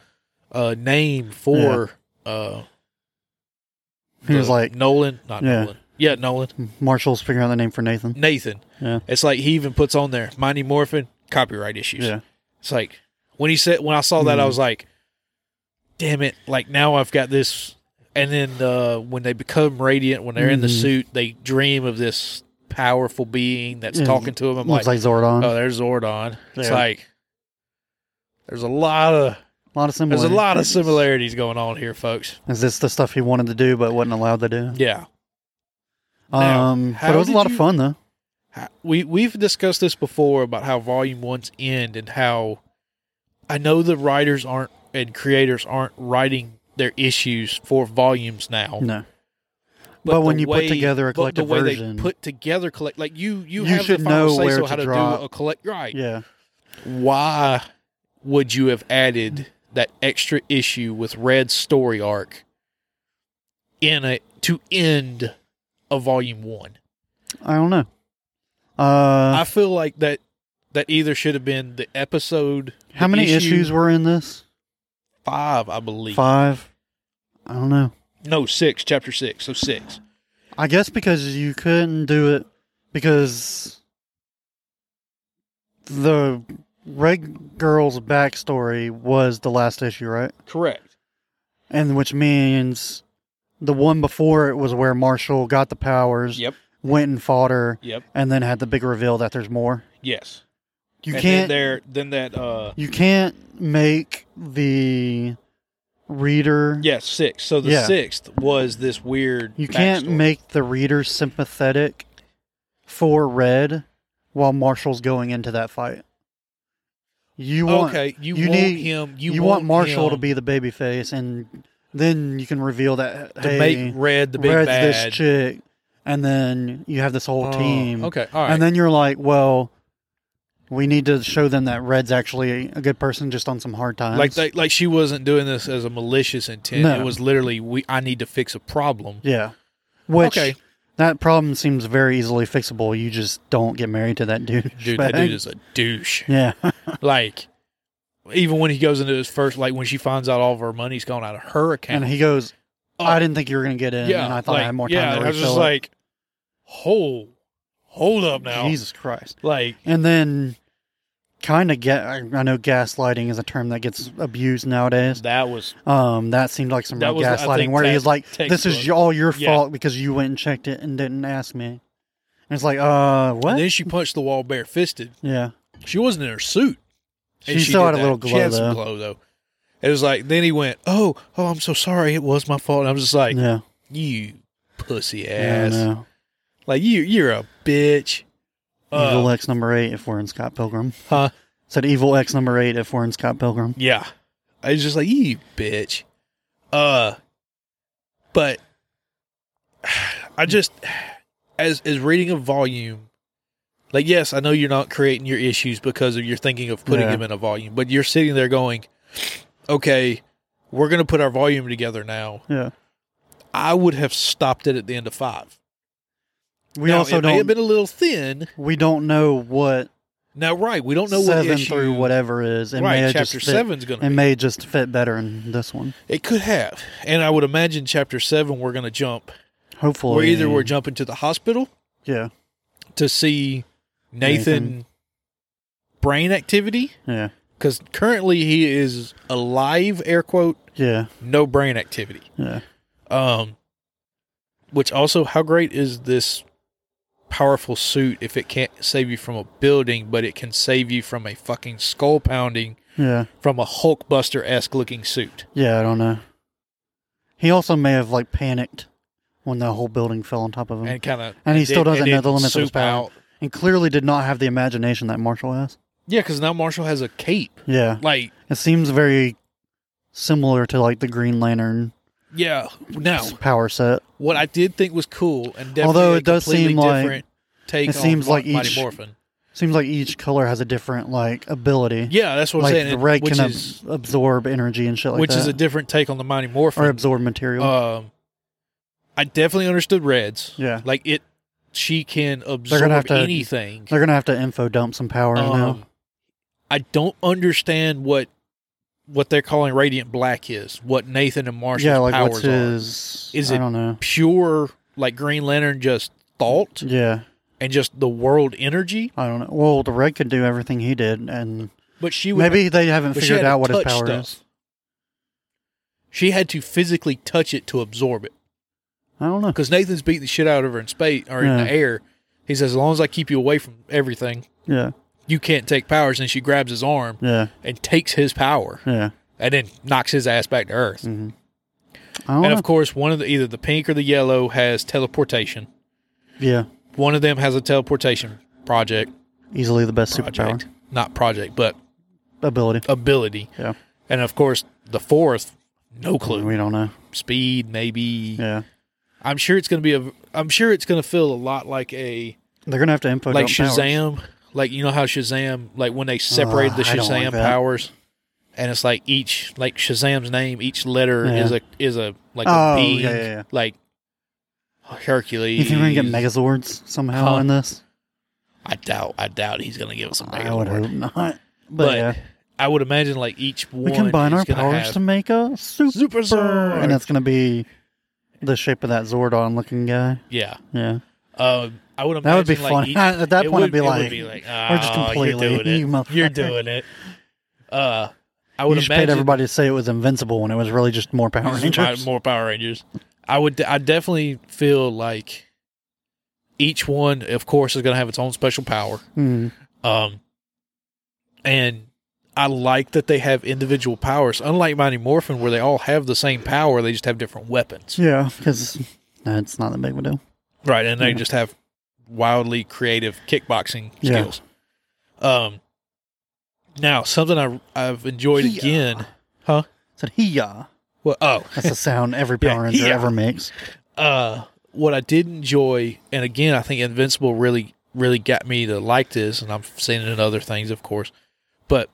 S3: uh name for uh
S1: He was
S3: the-
S1: like-
S3: Nolan, not
S1: Yeah.
S3: Nolan. Yeah, Nolan.
S1: Marshall's figuring out the name for Nathan.
S3: Nathan.
S1: Yeah.
S3: It's like he even puts on there Mighty Morphin copyright issues.
S1: Yeah,
S3: It's like when he said when I saw that I
S1: Mhm.
S3: was like damn it like now I've got this and then uh when they become radiant when they're in the
S1: Mhm.
S3: suit they dream of this powerful being that's
S1: Yeah,
S3: talking to him I'm
S1: looks
S3: like
S1: like, Zordon.
S3: Oh, there's Zordon. It's
S1: Yeah.
S3: like there's a lot of
S1: a lot of
S3: there's
S1: similarities.
S3: a lot of similarities going on here, folks.
S1: Is this the stuff he wanted to do but wasn't allowed to do?
S3: Yeah, Now,
S1: Um,
S3: how
S1: but it was a
S3: did
S1: lot of
S3: you-
S1: fun though.
S3: How- we we've discussed this before about how volume ones end and how I know the writers aren't and creators aren't writing their issues for volumes now.
S1: No, but when
S3: the
S1: you put together a
S3: but
S1: collective
S3: the way
S1: version-
S3: they put together collect like you you,
S1: You
S3: have the
S1: should
S3: final
S1: know
S3: say
S1: where
S3: so
S1: to
S3: how to
S1: drop.
S3: do a collect right.
S1: yeah,
S3: why would you have added that extra issue with Red's story arc in a to end a volume one?
S1: I don't know. Uh,
S3: I feel like that that either should have been the episode
S1: how many
S3: issue-
S1: issues were in this?
S3: five, I believe.
S1: Five. I don't know.
S3: No, six, chapter six. So six.
S1: I guess because you couldn't do it because the Red Girl's backstory was the last issue, right?
S3: Correct.
S1: And which means the one before it was where Marshall got the powers,
S3: Yep.
S1: went and fought her,
S3: Yep.
S1: and then had the big reveal that there's more.
S3: Yes.
S1: You
S3: and
S1: can't
S3: then there then that uh
S1: you can't make the reader
S3: yes, six. So the
S1: Yeah.
S3: sixth was this weird
S1: you can't
S3: backstory.
S1: make the reader sympathetic for Red while Marshall's going into that fight. You want
S3: okay, you,
S1: you
S3: want
S1: need-
S3: him
S1: you, want, Marshall to
S3: him-
S1: be the babyface, and then you can reveal that
S3: to
S1: hey,
S3: make Red the big
S1: Red's
S3: bad.
S1: this chick, and then you have this whole
S3: Oh,
S1: team.
S3: Okay, all right.
S1: And then you're like, well, we need to show them that Red's actually a good person, just on some hard times.
S3: like they, like she wasn't doing this as a malicious intent.
S1: No.
S3: It was literally we. I need to fix a problem.
S1: yeah. Which
S3: Okay.
S1: That problem seems very easily fixable. You just don't get married to that dude.
S3: Dude, that dude is a douche.
S1: Yeah.
S3: Like, even when he goes into his first, like when she finds out all of her money's gone out of her account,
S1: And he goes, I didn't think you were going to get in.
S3: Oh. yeah,
S1: and I thought I
S3: like,
S1: had more time
S3: yeah,
S1: to
S3: I was
S1: refill
S3: just
S1: it."
S3: like, hold, hold up now,
S1: Jesus Christ.
S3: like,
S1: And then kind of get, I I know gaslighting is a term that gets abused nowadays.
S3: that was
S1: Um, that seemed like some
S3: That
S1: real
S3: was, I
S1: gaslighting
S3: think,
S1: where
S3: text-
S1: he's like, "This is
S3: textbook.
S1: y- all your
S3: Yeah.
S1: fault because you went and checked it and didn't ask me." And it's like, uh, what?
S3: And then she punched the wall barefisted.
S1: yeah,
S3: She wasn't in her suit.
S1: She still
S3: did
S1: had a little
S3: that.
S1: glow,
S3: She had
S1: though.
S3: some glow though. It was like then he went, "Oh, oh, I'm so sorry. It was my fault." And I was just like,
S1: yeah,
S3: "You pussy
S1: yeah,
S3: ass!
S1: no.
S3: Like you, you're a bitch."
S1: Evil
S3: Uh,
S1: X number eight. If we're in Scott Pilgrim,
S3: huh?
S1: said Evil X number eight. If we're in Scott Pilgrim,
S3: Yeah. I was just like, you bitch. Uh but I just as as reading a volume, like yes, I know you're not creating your issues because of you're thinking of putting
S1: Yeah.
S3: them in a volume, but you're sitting there going, Okay, we're gonna put our volume together now.
S1: yeah.
S3: I would have stopped it at the end of five.
S1: We
S3: Now,
S1: also
S3: it may
S1: don't
S3: have been a little thin.
S1: we don't know what
S3: Now right, we don't know
S1: seven
S3: what issue,
S1: through whatever is. It may
S3: right,
S1: have
S3: chapter
S1: just fit,
S3: seven's gonna
S1: It may just fit better in this one.
S3: be. It could have. And I would imagine chapter seven we're gonna jump
S1: Hopefully,
S3: Or either we're jumping to the hospital
S1: yeah,
S3: to see Nathan,
S1: Nathan.
S3: brain activity
S1: yeah,
S3: because currently he is alive, air quote,
S1: yeah,
S3: no brain activity.
S1: yeah.
S3: Um, which also, how great is this powerful suit if it can't save you from a building, but it can save you from a fucking skull pounding
S1: Yeah,
S3: from a Hulkbuster esque looking suit?
S1: yeah, I don't know. He also may have like panicked when the whole building fell on top of him.
S3: And kind of,
S1: Uh-huh. And he still doesn't know the limits of his power. and clearly did not have the imagination that Marshall has.
S3: Yeah, because now Marshall has a cape.
S1: Yeah,
S3: Like,
S1: it seems very similar to like the Green Lantern
S3: yeah, now
S1: power set.
S3: What I did think was cool, and definitely
S1: Although
S3: a
S1: it does
S3: completely
S1: seem like-
S3: different take
S1: it
S3: on
S1: seems
S3: Mo-
S1: like
S3: Mighty
S1: each-
S3: Morphin.
S1: Seems like each color has a different like ability.
S3: Yeah, that's what I'm
S1: like
S3: saying.
S1: the
S3: and-
S1: red
S3: which
S1: can ab-
S3: is
S1: absorb energy and shit like
S3: which
S1: that,
S3: is a different take on the Mighty
S1: or
S3: Morphin.
S1: absorb material.
S3: um, I definitely understood Reds.
S1: yeah,
S3: Like it, she can absorb
S1: gonna have to-
S3: anything.
S1: they're gonna have to info dump some power now.
S3: Um, I don't understand what what they're calling Radiant Black is. What Nathan and Marshall's
S1: Yeah, like
S3: powers
S1: what's
S3: are.
S1: his?
S3: Is
S1: I
S3: it-
S1: don't know.
S3: Pure like Green Lantern, just thought
S1: Yeah,
S3: and just the world energy.
S1: I don't know. Well, the red could do everything he did, and
S3: But she would
S1: maybe they haven't
S3: but she
S1: figured
S3: had to
S1: out what his
S3: touch
S1: power
S3: stuff.
S1: is.
S3: She had to physically touch it to absorb it.
S1: I don't know.
S3: Because Nathan's beating the shit out of her in space or in
S1: Yeah.
S3: the air. He says, as long as I keep you away from everything,
S1: Yeah,
S3: you can't take powers. And she grabs his arm
S1: yeah,
S3: and takes his power
S1: yeah.
S3: and then knocks his ass back to Earth.
S1: hmm I don't
S3: And
S1: know.
S3: of course, one of the either the pink or the yellow has teleportation.
S1: yeah,
S3: One of them has a teleportation project.
S1: easily the best
S3: Project.
S1: superpower
S3: Not project, but
S1: ability.
S3: ability.
S1: Yeah.
S3: And of course, the fourth, no clue.
S1: We don't know.
S3: Speed, maybe.
S1: Yeah,
S3: I'm sure it's going to be a. I'm sure it's going to feel a lot like a
S1: they're gonna have to info
S3: like
S1: dump powers.
S3: Shazam. Like you know how Shazam, like when they separated the
S1: Uh, I don't
S3: Shazam
S1: like that.
S3: powers, and it's like each like Shazam's name, each letter
S1: Yeah.
S3: is a is a like
S1: Oh,
S3: a being,
S1: yeah, yeah, yeah.
S3: like Hercules.
S1: You think we're gonna get Megazords somehow
S3: Huh.
S1: in this?
S3: I doubt. I doubt he's going to give us a Megazord.
S1: I would hope not. But,
S3: but
S1: yeah,
S3: I would imagine like each one
S1: we combine
S3: is
S1: our
S3: gonna
S1: powers
S3: have-
S1: to make a super,
S3: Super Zord.
S1: and it's gonna be the shape of that Zordon looking guy.
S3: yeah.
S1: Yeah,
S3: Um, I would imagine
S1: that would be
S3: like,
S1: fun.
S3: each-
S1: At that
S3: it
S1: point,
S3: would-
S1: it'd be
S3: it
S1: like,
S3: would be like
S1: we're just
S3: "Oh,
S1: completely-
S3: you're doing it.
S1: you
S3: You're
S1: motherfucker."
S3: doing it. Uh, I
S1: you
S3: would
S1: just paid
S3: imagine
S1: everybody to say it was invincible when it was really just more Power
S3: Just my-
S1: Rangers.
S3: More Power Rangers. I would. I definitely feel like each one, of course, is going to have its own special power.
S1: Hmm.
S3: Um, and I like that they have individual powers, unlike Mighty Morphin, where they all have the same power. They just have different weapons,
S1: Yeah, because it's not that big of a deal.
S3: right? And they
S1: Yeah.
S3: just have wildly creative kickboxing
S1: Yeah.
S3: skills. Um. Now, something I I've enjoyed
S1: Yeah.
S3: again. Huh?
S1: said "Hee-yah."
S3: Well, oh,
S1: That's the sound every
S3: Yeah,
S1: Power Ranger
S3: hee-yah.
S1: ever makes.
S3: uh what I did enjoy, and again, I think Invincible really, really got me to like this, and I'm seeing it in other things, of course, but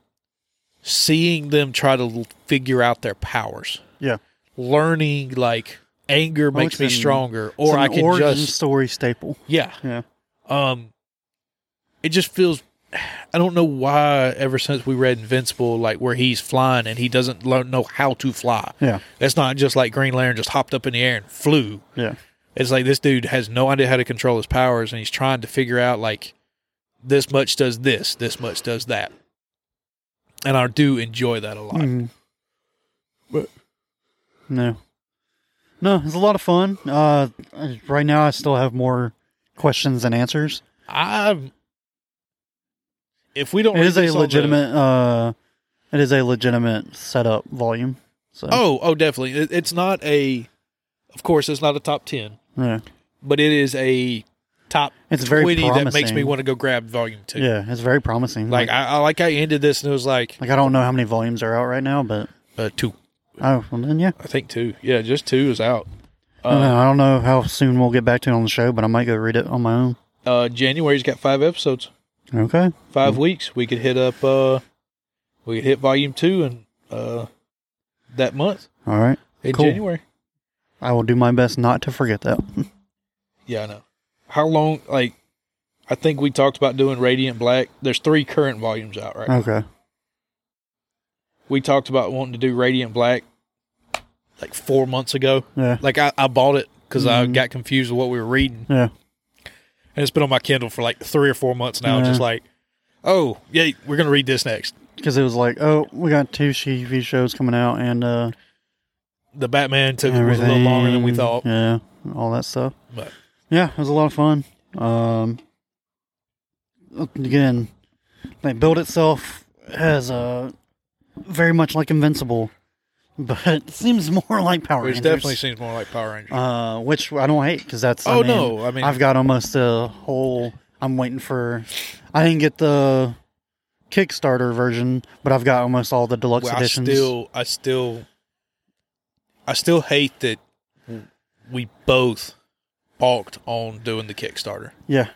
S3: seeing them try to l- figure out their powers,
S1: Yeah.
S3: learning like, anger
S1: Well,
S3: makes
S1: it's
S3: me
S1: an-
S3: stronger,
S1: It's
S3: or
S1: an
S3: I can
S1: origin
S3: just
S1: story staple.
S3: yeah.
S1: Yeah.
S3: Um, it just feels. I don't know why. Ever since we read Invincible, like where he's flying and he doesn't lo- know how to fly.
S1: Yeah.
S3: It's not just like Green Lantern just hopped up in the air and flew.
S1: Yeah.
S3: It's like this dude has no idea how to control his powers, and he's trying to figure out like this much does this, this much does that. And I do enjoy that a lot.
S1: Mhm. No. No, it's a lot of fun. Uh, I- right now, I still have more questions than answers.
S3: I'm. If we don't,
S1: It
S3: read
S1: is a
S3: this on the-
S1: legitimate. Uh, it is a legitimate setup volume. So.
S3: oh, oh, definitely. It, it's not a. Of course, it's not a top ten.
S1: Yeah.
S3: but it is a top
S1: It's very
S3: 20 that makes
S1: promising.
S3: me want to go grab volume two.
S1: Yeah, it's very promising.
S3: Like I, I like I ended this and it was like
S1: Like I don't know how many volumes are out right now, but
S3: uh, two.
S1: oh, well then yeah.
S3: I think two. Yeah, just two is out.
S1: I don't know. I don't know how soon we'll get back to it on the show, but I might go read it on my own.
S3: Uh January's got five episodes.
S1: Okay.
S3: 5 weeks. We could hit up uh we could hit volume two and uh that month
S1: All right.
S3: in
S1: Cool.
S3: January.
S1: I will do my best not to forget that.
S3: Yeah, I know. How long like I think we talked about doing Radiant Black. There's three current volumes out right
S1: Okay.
S3: We talked about wanting to do Radiant Black like four months ago.
S1: Yeah.
S3: Like I, I bought it because I
S1: Mhm.
S3: got confused with what we were reading,
S1: Yeah.
S3: and it's been on my Kindle for like three or four months now.
S1: Yeah.
S3: Just like, oh yeah, we're gonna read this next,
S1: Because it was like, oh, we got two TV shows coming out and uh,
S3: the Batman took was a
S1: everything.
S3: little longer than we thought.
S1: Yeah, all that stuff.
S3: But
S1: Yeah, it was a lot of fun. Um, again, like build itself has a very much like Invincible, but it seems more like Power
S3: it
S1: Rangers.
S3: definitely seems more like Power Rangers.
S1: uh, which I don't hate because that's. I
S3: Oh,
S1: mean,
S3: no, I mean-
S1: I've got almost a whole. I'm waiting for. I didn't get the Kickstarter version, but I've got almost all the deluxe
S3: Well, I
S1: editions.
S3: still, I still, I still hate that we both balked on doing the Kickstarter.
S1: yeah,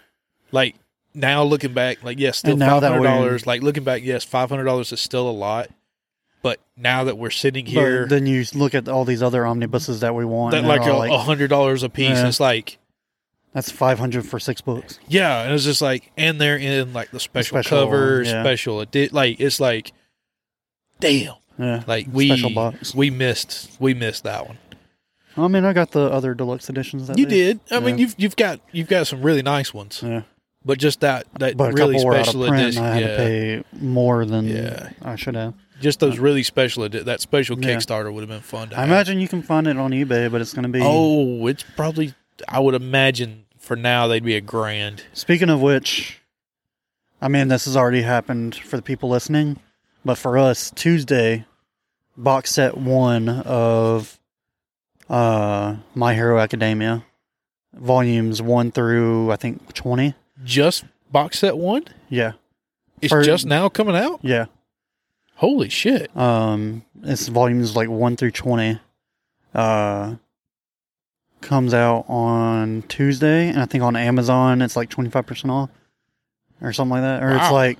S3: Like now looking back, like yes, still
S1: And now
S3: five
S1: that
S3: hundred
S1: we're-
S3: dollars. Like looking back, yes, five hundred dollars is still a lot. But now that we're sitting here,
S1: But then you look at all these other omnibuses that we want.
S3: that
S1: and they're
S3: like uh, oh. a,
S1: all
S3: a hundred dollars a piece.
S1: Yeah.
S3: and it's like
S1: that's five hundred for six books.
S3: yeah, and it's just like and they're in like the special,
S1: special
S3: cover,
S1: one, yeah.
S3: special edi- like it's like damn,
S1: Yeah,
S3: like we
S1: special box.
S3: we missed we missed that one.
S1: I mean, I got the other deluxe editions. That
S3: You
S1: they-
S3: did. I mean
S1: Yeah.
S3: you've you've got you've got some really nice ones,
S1: Yeah,
S3: but just that that
S1: but a
S3: really
S1: couple were out of
S3: special
S1: print,
S3: edition,
S1: and I had
S3: yeah,
S1: to pay more than
S3: Yeah.
S1: I should have.
S3: just those really special edi- that special
S1: Yeah.
S3: Kickstarter would have been fun. To
S1: I
S3: have.
S1: imagine you can find it on eBay, but it's going to be
S3: Oh, it's probably. I would imagine for now they'd be a grand.
S1: Speaking of which, I mean, this has already happened for the people listening, but for us, Tuesday, box set one of uh, My Hero Academia, volumes one through, I think, 20.
S3: Just box set one.
S1: Yeah.
S3: It's
S1: For-
S3: just now coming out.
S1: Yeah.
S3: Holy shit!
S1: Um, it's volumes like one through 20. Uh, comes out on Tuesday, and I think on Amazon it's like 25% off or something like that. Or it's
S3: Wow.
S1: like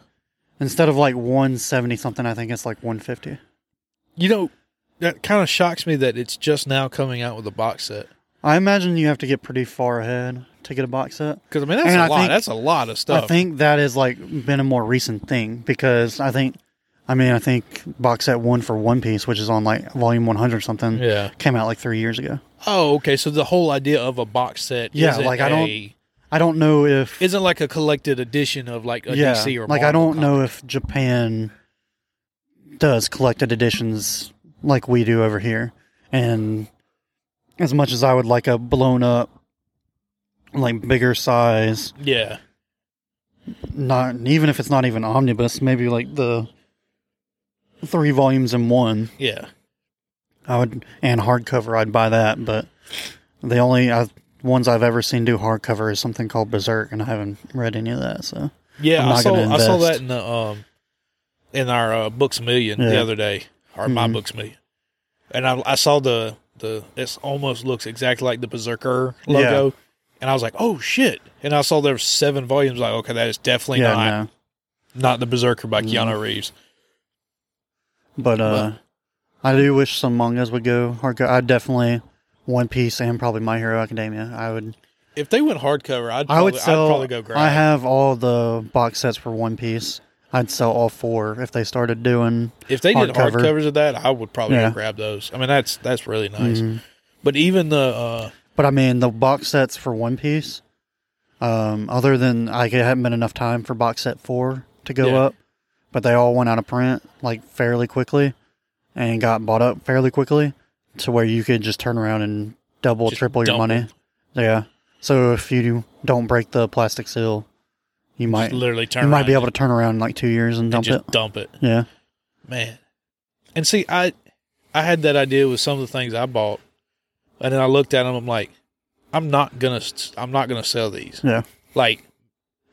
S1: instead of like 170 something, I think it's like 150.
S3: You know that kind of shocks me that it's just now coming out with a box set.
S1: I imagine you have to get pretty far ahead to get a box set.
S3: Because I mean that's
S1: And
S3: a
S1: I
S3: lot.
S1: think-
S3: that's a lot of stuff.
S1: I think that has like been a more recent thing because I think, I mean, I think box set one for One Piece, which is on like volume 100 something,
S3: yeah.
S1: came out like three years ago.
S3: Oh, okay. So the whole idea of a box set,
S1: Yeah,
S3: isn't
S1: like, I don't-
S3: a-
S1: I don't know if
S3: isn't like a collected edition of like a DC or
S1: like I
S3: Marvel
S1: don't know if Japan does collected editions like we do over here. And as much as I would like a blown up, like bigger size,
S3: comic. Yeah,
S1: not even if it's not even omnibus, maybe like the three volumes in one.
S3: yeah.
S1: I would and hardcover. I'd buy that, but the only i ones I've ever seen do hardcover is something called Berserk, and I haven't read any of that. So I'm
S3: Yeah, I
S1: not
S3: saw
S1: gonna
S3: I saw
S1: invest.
S3: that in the um in our uh, books a million the
S1: Yeah. Mm-hmm.
S3: other day, or my books a million, and I, I saw the the it's almost looks exactly like the Berserker logo, and I was like, oh shit! And I saw there were seven volumes. Like, okay, that is definitely
S1: yeah,
S3: not
S1: no. Mm-hmm.
S3: not the Berserker by Keanu Reeves.
S1: But uh, I do wish some mangas would go hardcore. I definitely One Piece and probably My Hero Academia. I would
S3: If they went hardcover, I'd probably,
S1: I would sell.
S3: I'd probably go grab.
S1: I
S3: it.
S1: have all the box sets for One Piece. I'd sell all four if they started doing.
S3: if they did
S1: hardcover.
S3: hardcovers of that, I would probably
S1: Yeah. Mm-hmm.
S3: go grab those. I mean, that's that's really nice. But even the uh,
S1: But I mean, the box sets for One Piece. Um, other than like it hadn't been enough time for box set four to go
S3: Yeah.
S1: up, but they all went out of print like fairly quickly, and got bought up fairly quickly, to where you could just turn around and double,
S3: Just
S1: triple your
S3: double.
S1: money. Yeah. So if you don't break the plastic seal, you might
S3: just literally turn,
S1: you might be
S3: around
S1: able to turn around in like two years and
S3: and
S1: dump
S3: just
S1: it.
S3: dump it,
S1: Yeah.
S3: man. And see, I I had that idea with some of the things I bought, and then I looked at them. I'm like, I'm not gonna s- I'm not gonna sell these.
S1: Yeah.
S3: Like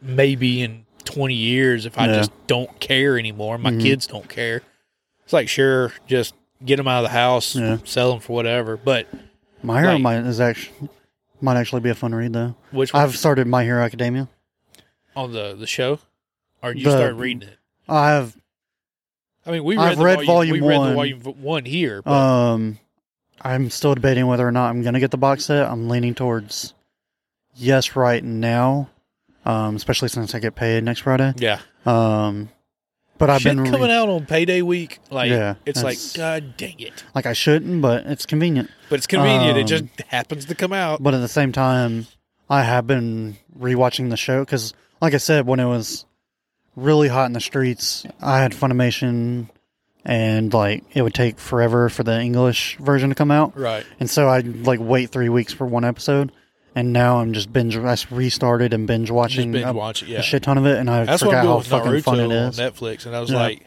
S3: maybe in 20 years, if I
S1: Yeah.
S3: just don't care anymore, my
S1: Mhm.
S3: kids don't care. It's like sure, just get them out of the house,
S1: Yeah.
S3: sell them for whatever. But
S1: My Hero
S3: Like-
S1: might is actually might actually be a fun read though.
S3: which
S1: I've started My Hero Academia.
S3: on the the show, or you
S1: The-
S3: start reading it?
S1: I have
S3: I mean, we read
S1: I've
S3: the
S1: read
S3: volume,
S1: volume
S3: we read
S1: one.
S3: the volume v- one here, but
S1: um I'm still debating whether or not I'm gonna get the box set. I'm leaning towards yes right now. Um, especially since I get paid next Friday.
S3: yeah,
S1: Um but I've
S3: shit
S1: been re-
S3: coming out on payday week. Like,
S1: Yeah,
S3: it's like
S1: that's-
S3: god dang it,
S1: like I shouldn't, but it's convenient.
S3: but it's convenient. it just
S1: Um,
S3: happens to come out.
S1: But at the same time, I have been rewatching the show because, like I said, when it was really hot in the streets, I had Funimation, and like it would take forever for the English version to come out,
S3: Right,
S1: and so I would like wait three weeks for one episode, and now I'm just binge. I restarted and binge
S3: just
S1: watching
S3: binge
S1: a,
S3: watch it.
S1: a
S3: Yeah,
S1: shit ton of it, and I
S3: that's what
S1: forgot
S3: I'm doing
S1: how
S3: with
S1: fucking fun it
S3: Naruto on
S1: is.
S3: Netflix, and I was
S1: Yeah.
S3: like,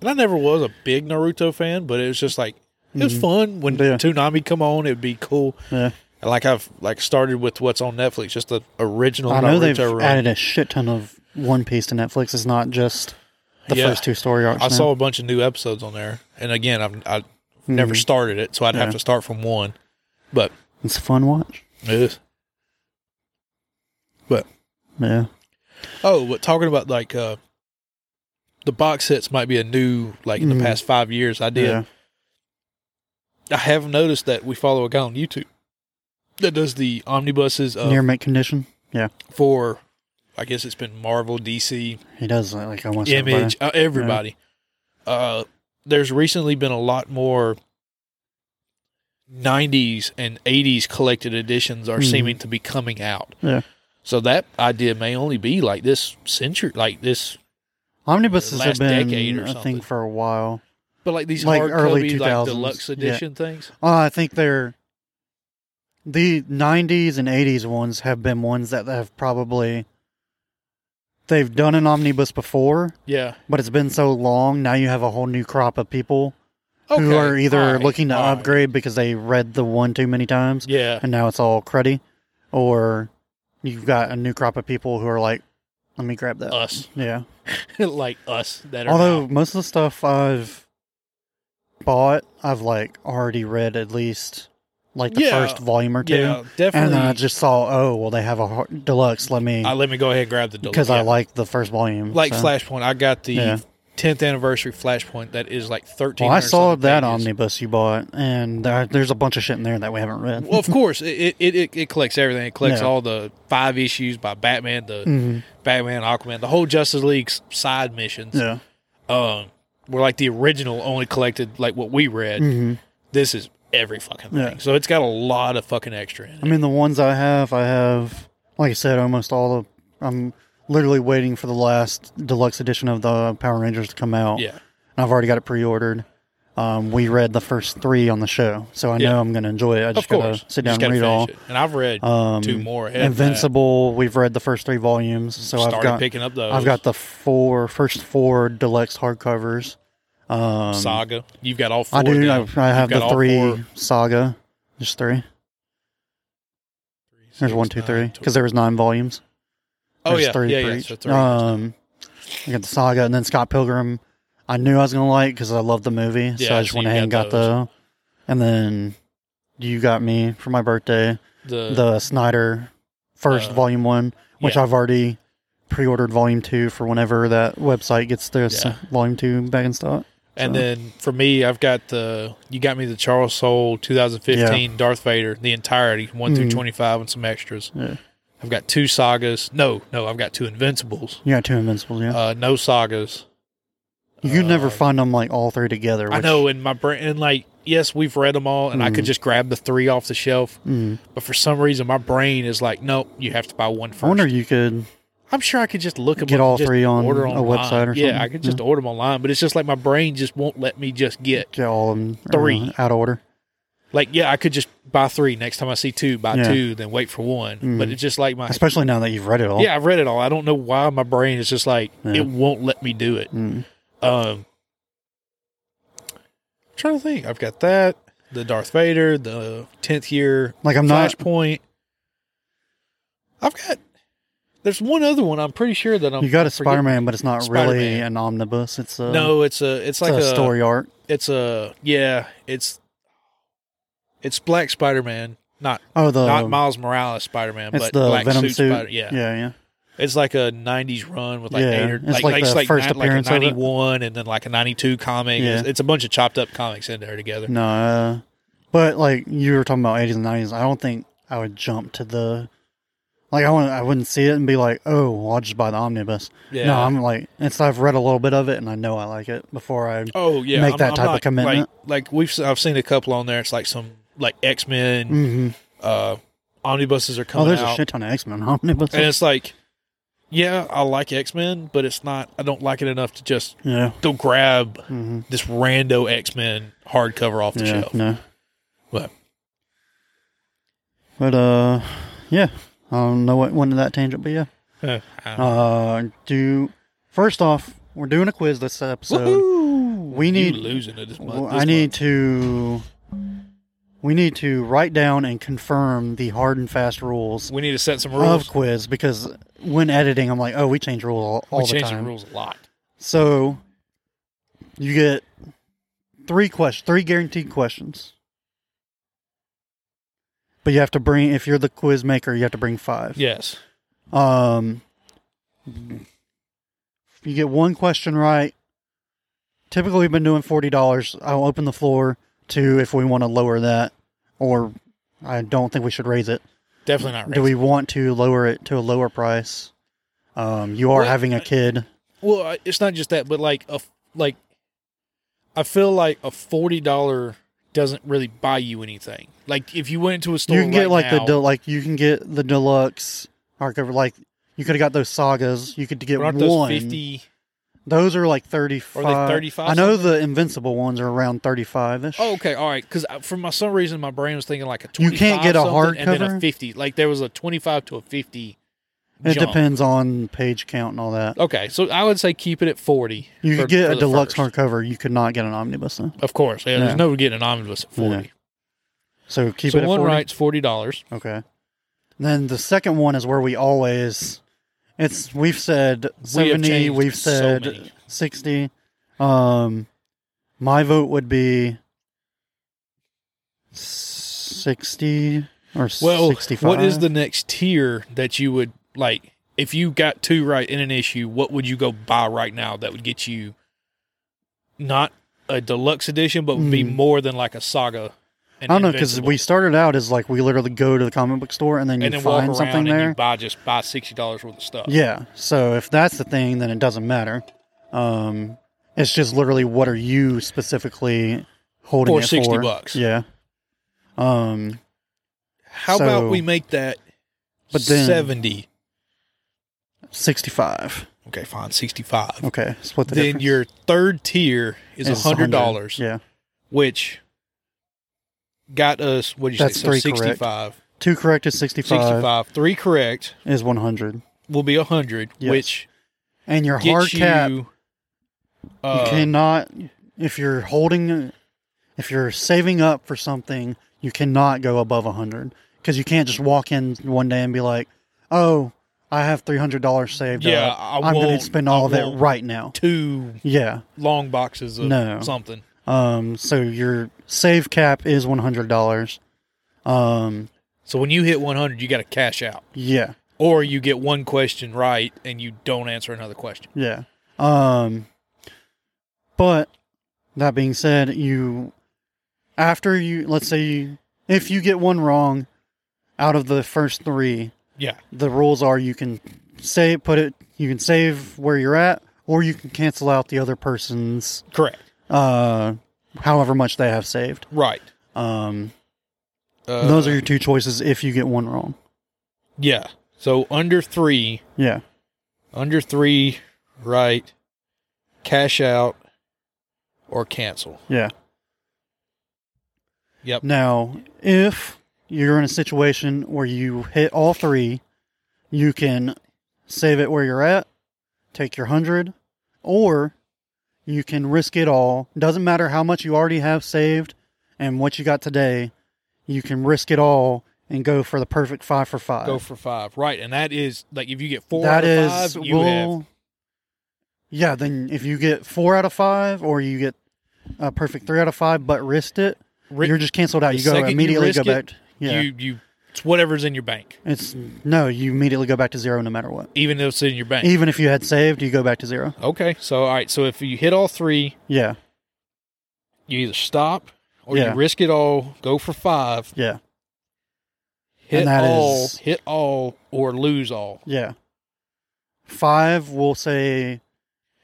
S3: and I never was a big Naruto fan, but it was just like it was fun when
S1: Mm-hmm. Yeah.
S3: Toonami come on. It'd be cool.
S1: Yeah.
S3: And like I've like started with what's on Netflix, just the original
S1: I know they've
S3: Naruto run.
S1: added a shit ton of One Piece to Netflix. It's not just the
S3: Yeah.
S1: first two story arcs.
S3: I
S1: now.
S3: saw a bunch of new episodes on there, and again, I've, I've never
S1: Mhm.
S3: started it, so I'd
S1: Yeah.
S3: have to start from one. But
S1: it's a fun watch.
S3: But
S1: Yeah.
S3: oh, but talking about like uh, the box sets might be a new like in
S1: Mhm.
S3: the past five years. I did.
S1: Yeah.
S3: I have noticed that we follow a guy on YouTube that does the omnibuses of
S1: Near mint condition. Yeah.
S3: for. I guess it's been Marvel, DC,
S1: He does uh, like almost everybody.
S3: image uh, everybody uh there's recently been a lot more 90s and 80s collected editions are
S1: Mhm.
S3: seeming to be coming out
S1: Yeah.
S3: so that idea may only be like this century like this
S1: Omnibuses have
S3: last decade
S1: been
S3: or
S1: a thing
S3: something.
S1: for a while.
S3: but like these
S1: Like
S3: hard
S1: early
S3: copy, like
S1: 2000s,
S3: deluxe
S1: yeah.
S3: edition things
S1: Uh, I think they're the '90s and '80s ones have been ones that have probably they've done an omnibus before,
S3: yeah
S1: but it's been so long. Now you have a whole new crop of people who
S3: Okay,
S1: are either
S3: alright,
S1: looking to
S3: alright.
S1: upgrade because they read the one too many times,
S3: yeah
S1: and now it's all cruddy, or you've got a new crop of people who are like, "Let me grab that."
S3: us
S1: yeah.
S3: like us that are
S1: Although
S3: now-
S1: most of the stuff I've bought, I've like already read at least like the
S3: Yeah.
S1: first volume or two,
S3: yeah
S1: and
S3: definitely
S1: then I just saw, oh, well, they have a har- deluxe. Let me
S3: I, let me go ahead and grab the deluxe
S1: because I
S3: yeah.
S1: like the first volume.
S3: like
S1: so.
S3: Flashpoint. I got the
S1: Yeah.
S3: 10th anniversary Flashpoint that is like 13.
S1: Well, I
S3: or
S1: saw
S3: something
S1: that
S3: pages.
S1: omnibus you bought, and there, there's a bunch of shit in there that we haven't read.
S3: Well, of course, it it, it, it collects everything. It collects
S1: Yeah.
S3: all the five issues by Batman, the
S1: Mhm.
S3: Batman, Aquaman, the whole Justice League's side missions.
S1: yeah,
S3: Um, where like the original only collected like what we read.
S1: Mhm.
S3: This is every fucking thing.
S1: Yeah. Mm-hmm.
S3: So it's got a lot of fucking extra in it.
S1: I mean the ones I have, I have, like I said, almost all of. I'm literally waiting for the last deluxe edition of the Power Rangers to come out.
S3: yeah,
S1: I've already got it pre-ordered. Um, we read the first three on the show, so I know
S3: Yeah.
S1: I'm going to enjoy it. I
S3: of
S1: just got
S3: course.
S1: to sit
S3: You
S1: down
S3: just
S1: and
S3: gotta
S1: read all.
S3: finish it. And I've read
S1: Um,
S3: two more. ahead of that.
S1: Invincible. We've read the first three volumes, so
S3: Started
S1: I've got
S3: picking up those.
S1: I've got the four first four deluxe hardcovers. Um,
S3: Saga. You've got all four.
S1: I do.
S3: now.
S1: I, I have
S3: You've got
S1: the
S3: all four.
S1: three saga. Just three. There's one, two, three. Because there was nine volumes.
S3: Oh,
S1: There's
S3: yeah.
S1: three
S3: Yeah,
S1: for
S3: yeah.
S1: each.
S3: So three.
S1: Um, I got the saga and then Scott Pilgrim. I knew I was gonna like because I loved the movie, so
S3: Yeah,
S1: I just
S3: so
S1: went
S3: you
S1: ahead and got
S3: got
S1: the. And then you got me for my birthday
S3: the,
S1: the Snyder first
S3: uh,
S1: volume one, which
S3: yeah.
S1: I've already pre-ordered volume two for whenever that website gets this
S3: Yeah.
S1: volume two back in stock.
S3: And then for me, I've got the you got me the Charles Soule 2015 Darth Vader, the entirety one through
S1: Mhm.
S3: 25 and some extras.
S1: Yeah.
S3: I've got two sagas. No, no, I've got two Invincibles.
S1: You got two Invincibles, yeah.
S3: Uh, no sagas.
S1: you never
S3: uh,
S1: find them like all three together. Which,
S3: I know, and my brain, and like, yes, we've read them all, and I could just grab the three off the shelf,
S1: Mm.
S3: but for some reason, my brain is like, nope, you have to buy one first.
S1: I wonder if you could.
S3: I'm sure I could just look them
S1: Get
S3: up and
S1: all
S3: just
S1: three on
S3: order
S1: a
S3: online.
S1: website or
S3: Yeah, I
S1: something.
S3: could just order them online, but it's just like my brain just won't let me just get
S1: get all of them
S3: Three.
S1: out of order.
S3: like, yeah, I could just buy three next time I see two, buy
S1: Yeah.
S3: two, then wait for one. But it's just like my
S1: Especially now that you've read it all.
S3: yeah, I've read it all. I don't know why my brain is just like
S1: Yeah.
S3: it won't let me do it.
S1: Mm.
S3: Um, I'm trying to think. I've got that, the Darth Vader, the tenth year
S1: Like I'm not.
S3: Flashpoint. I've got. There's one other one. I'm pretty sure that I'm.
S1: You got a
S3: forgetting.
S1: Spider Man, but it's not really
S3: Oh, Spider-Man.
S1: an omnibus. It's a
S3: No, it's a. It's
S1: it's
S3: like
S1: a, story arc.
S3: It's a. Yeah, it's. It's Black Spider Man, not
S1: Oh, the
S3: not Miles Morales Spider Man,
S1: it's
S3: but
S1: the
S3: Black
S1: Venom
S3: suit.
S1: suit.
S3: Spider- yeah,
S1: yeah, yeah.
S3: It's like a '90s run with like
S1: Yeah,
S3: eight or
S1: it's
S3: like,
S1: like
S3: it's
S1: the
S3: like,
S1: first
S3: ni- like a
S1: appearance of it.
S3: '91 and then like a '92 comic.
S1: Yeah.
S3: It's, it's a bunch of chopped up comics in there together.
S1: No, uh, but like you were talking about 80s and 90s, I don't think I would jump to the like I wouldn't I wouldn't see it and be like, oh, well, I'll just buy the omnibus.
S3: Yeah.
S1: No, I'm like, it's I've read a little bit of it and I know I like it before I.
S3: oh yeah,
S1: make that type of
S3: not-
S1: commitment.
S3: Like, like we've s- I've seen a couple on there. It's like some like X Men
S1: Mhm.
S3: uh, omnibuses are
S1: Oh,
S3: coming
S1: there's
S3: out,
S1: a shit ton of X Men omnibus.
S3: and it's like, yeah, I like X Men, but it's not. I don't like it enough to just
S1: Yeah.
S3: go grab
S1: hmm
S3: this rando X Men hardcover off the
S1: Yeah.
S3: shelf.
S1: No.
S3: But
S1: But uh, yeah. I don't know what when that tangent, but yeah.
S3: uh, I don't-
S1: Uh, do first off, we're doing a quiz this episode.
S3: Woohoo!
S1: we
S3: You
S1: need-
S3: losing it this month.
S1: Well,
S3: this
S1: I need to.
S3: month.
S1: We need to write down and confirm the hard and fast rules,
S3: We need to set some rules.
S1: of quiz because when editing, I'm like, oh, we change rules all, all
S3: we
S1: the
S3: change
S1: time.
S3: the rules a lot.
S1: So you get three questions, three guaranteed questions. But you have to bring, if you're the quiz maker, you have to bring five.
S3: Yes.
S1: Um, if you get one question right, typically we've been doing forty dollars. I'll open the floor to if we want to lower that, or I don't think we should raise it.
S3: Definitely not.
S1: Do
S3: racist.
S1: we want to lower it to a lower price? Um, you are
S3: Well,
S1: having a kid.
S3: Well, I- it's not just that, but like a f- like, I feel like a forty dollar doesn't really buy you anything. Like if you went into a store,
S1: You can
S3: right
S1: get like the
S3: now-
S1: del like you can get the deluxe hardcover. Like you could have got those sagas. You could get
S3: aren't those
S1: one.
S3: fifty?
S1: Those are like thirty five.
S3: 35
S1: I know the Invincible ones are around thirty five ish.
S3: Oh, okay, all right. Because for my some reason, my brain was thinking like a
S1: You
S3: twenty.
S1: can't get a
S3: and then a
S1: hardcover?
S3: fifty. Like there was a twenty-five to a fifty.
S1: It
S3: jump.
S1: depends on page count and all that.
S3: Okay, so I would say keep it at forty.
S1: You
S3: Uh, for-
S1: could get
S3: for
S1: a
S3: the
S1: deluxe
S3: first.
S1: hardcover. You could not get an omnibus though.
S3: Of course, yeah,
S1: Yeah.
S3: there's no getting an omnibus at forty.
S1: So keep
S3: so
S1: it at
S3: one
S1: 40.
S3: right's forty dollars.
S1: Okay. Then the second one is where we always. It's we've said seventy.
S3: changed
S1: We have
S3: so
S1: said
S3: many.
S1: sixty. Um, my vote would be sixty or
S3: Well,
S1: sixty-five.
S3: what is the next tier that you would like? If you got two right in an issue, what would you go buy right now that would get you not a deluxe edition, but would be
S1: Hmm.
S3: more than like a saga?
S1: I don't know because we started out as like we literally go to the comic book store and then you
S3: and then walk
S1: find
S3: around
S1: something
S3: and
S1: there.
S3: you buy just buy sixty dollars worth of stuff.
S1: Yeah. So if that's the thing, then it doesn't matter. Um, it's just literally what are you specifically holding
S3: For
S1: it
S3: 60
S1: for?
S3: bucks.
S1: Yeah. Um,
S3: How
S1: So-
S3: about we make that
S1: But then-
S3: seventy?
S1: sixty-five.
S3: Okay, fine, sixty-five.
S1: Okay, split the
S3: then
S1: difference.
S3: your third tier is
S1: It's
S3: hundred dollars,
S1: Yeah,
S3: which got us what you
S1: That's
S3: say, so
S1: three correct.
S3: sixty-five.
S1: two correct is sixty-five.
S3: 65 three correct
S1: is one hundred,
S3: will be 100
S1: Yes.
S3: which
S1: and your hard
S3: gets you
S1: cap you
S3: uh,
S1: cannot. If you're holding, if you're saving up for something, you cannot go above hundred because you can't just walk in one day and be like, "Oh, I have three hundred dollars saved.
S3: Yeah,
S1: up.
S3: I
S1: I'm going
S3: won't-
S1: to spend
S3: I
S1: all of it
S3: won't."
S1: right now."
S3: two
S1: Yeah.
S3: long boxes of
S1: No.
S3: something
S1: Um. So your save cap is one hundred dollars. Um.
S3: so when you hit 100 you got to cash out
S1: Yeah.
S3: or you get one question right and you don't answer another question
S1: Yeah. Um. But That being said, you after you let's say you if you get one wrong out of the first three,
S3: Yeah.
S1: the rules are you can save put it you can save where you're at, or you can cancel out the other person's
S3: Correct.
S1: uh however much they have saved.
S3: Right.
S1: Um
S3: Uh,
S1: those are your two choices if you get one wrong.
S3: yeah. So under three,
S1: Yeah.
S3: under three, right? Cash out or cancel.
S1: Yeah.
S3: Yep.
S1: Now, if you're in a situation where you hit all three, you can save it where you're at, take your 100, or you can risk it all. Doesn't matter how much you already have saved and what you got today, you can risk it all and go for the perfect 5 for 5.
S3: Go for five. Right. And that is like if you get four
S1: That
S3: out of
S1: is,
S3: five, you
S1: we'll-
S3: have
S1: yeah. Then if you get four out of five, or you get a perfect three out of five, but risked it,
S3: Ri-
S1: you're just canceled out.
S3: the
S1: You go
S3: second you
S1: immediately go
S3: risk it,
S1: back. yeah,
S3: you you it's whatever's in your bank.
S1: it's no. You immediately go back to zero, no matter what.
S3: Even though it's in your bank.
S1: Even if you had saved, you go back to zero.
S3: Okay. So all right. So if you hit all three,
S1: Yeah,
S3: you either stop or
S1: Yeah.
S3: you risk it all, go for five,
S1: yeah,
S3: hit
S1: that
S3: all,
S1: is-
S3: hit all, or lose all.
S1: yeah. Five, we'll say,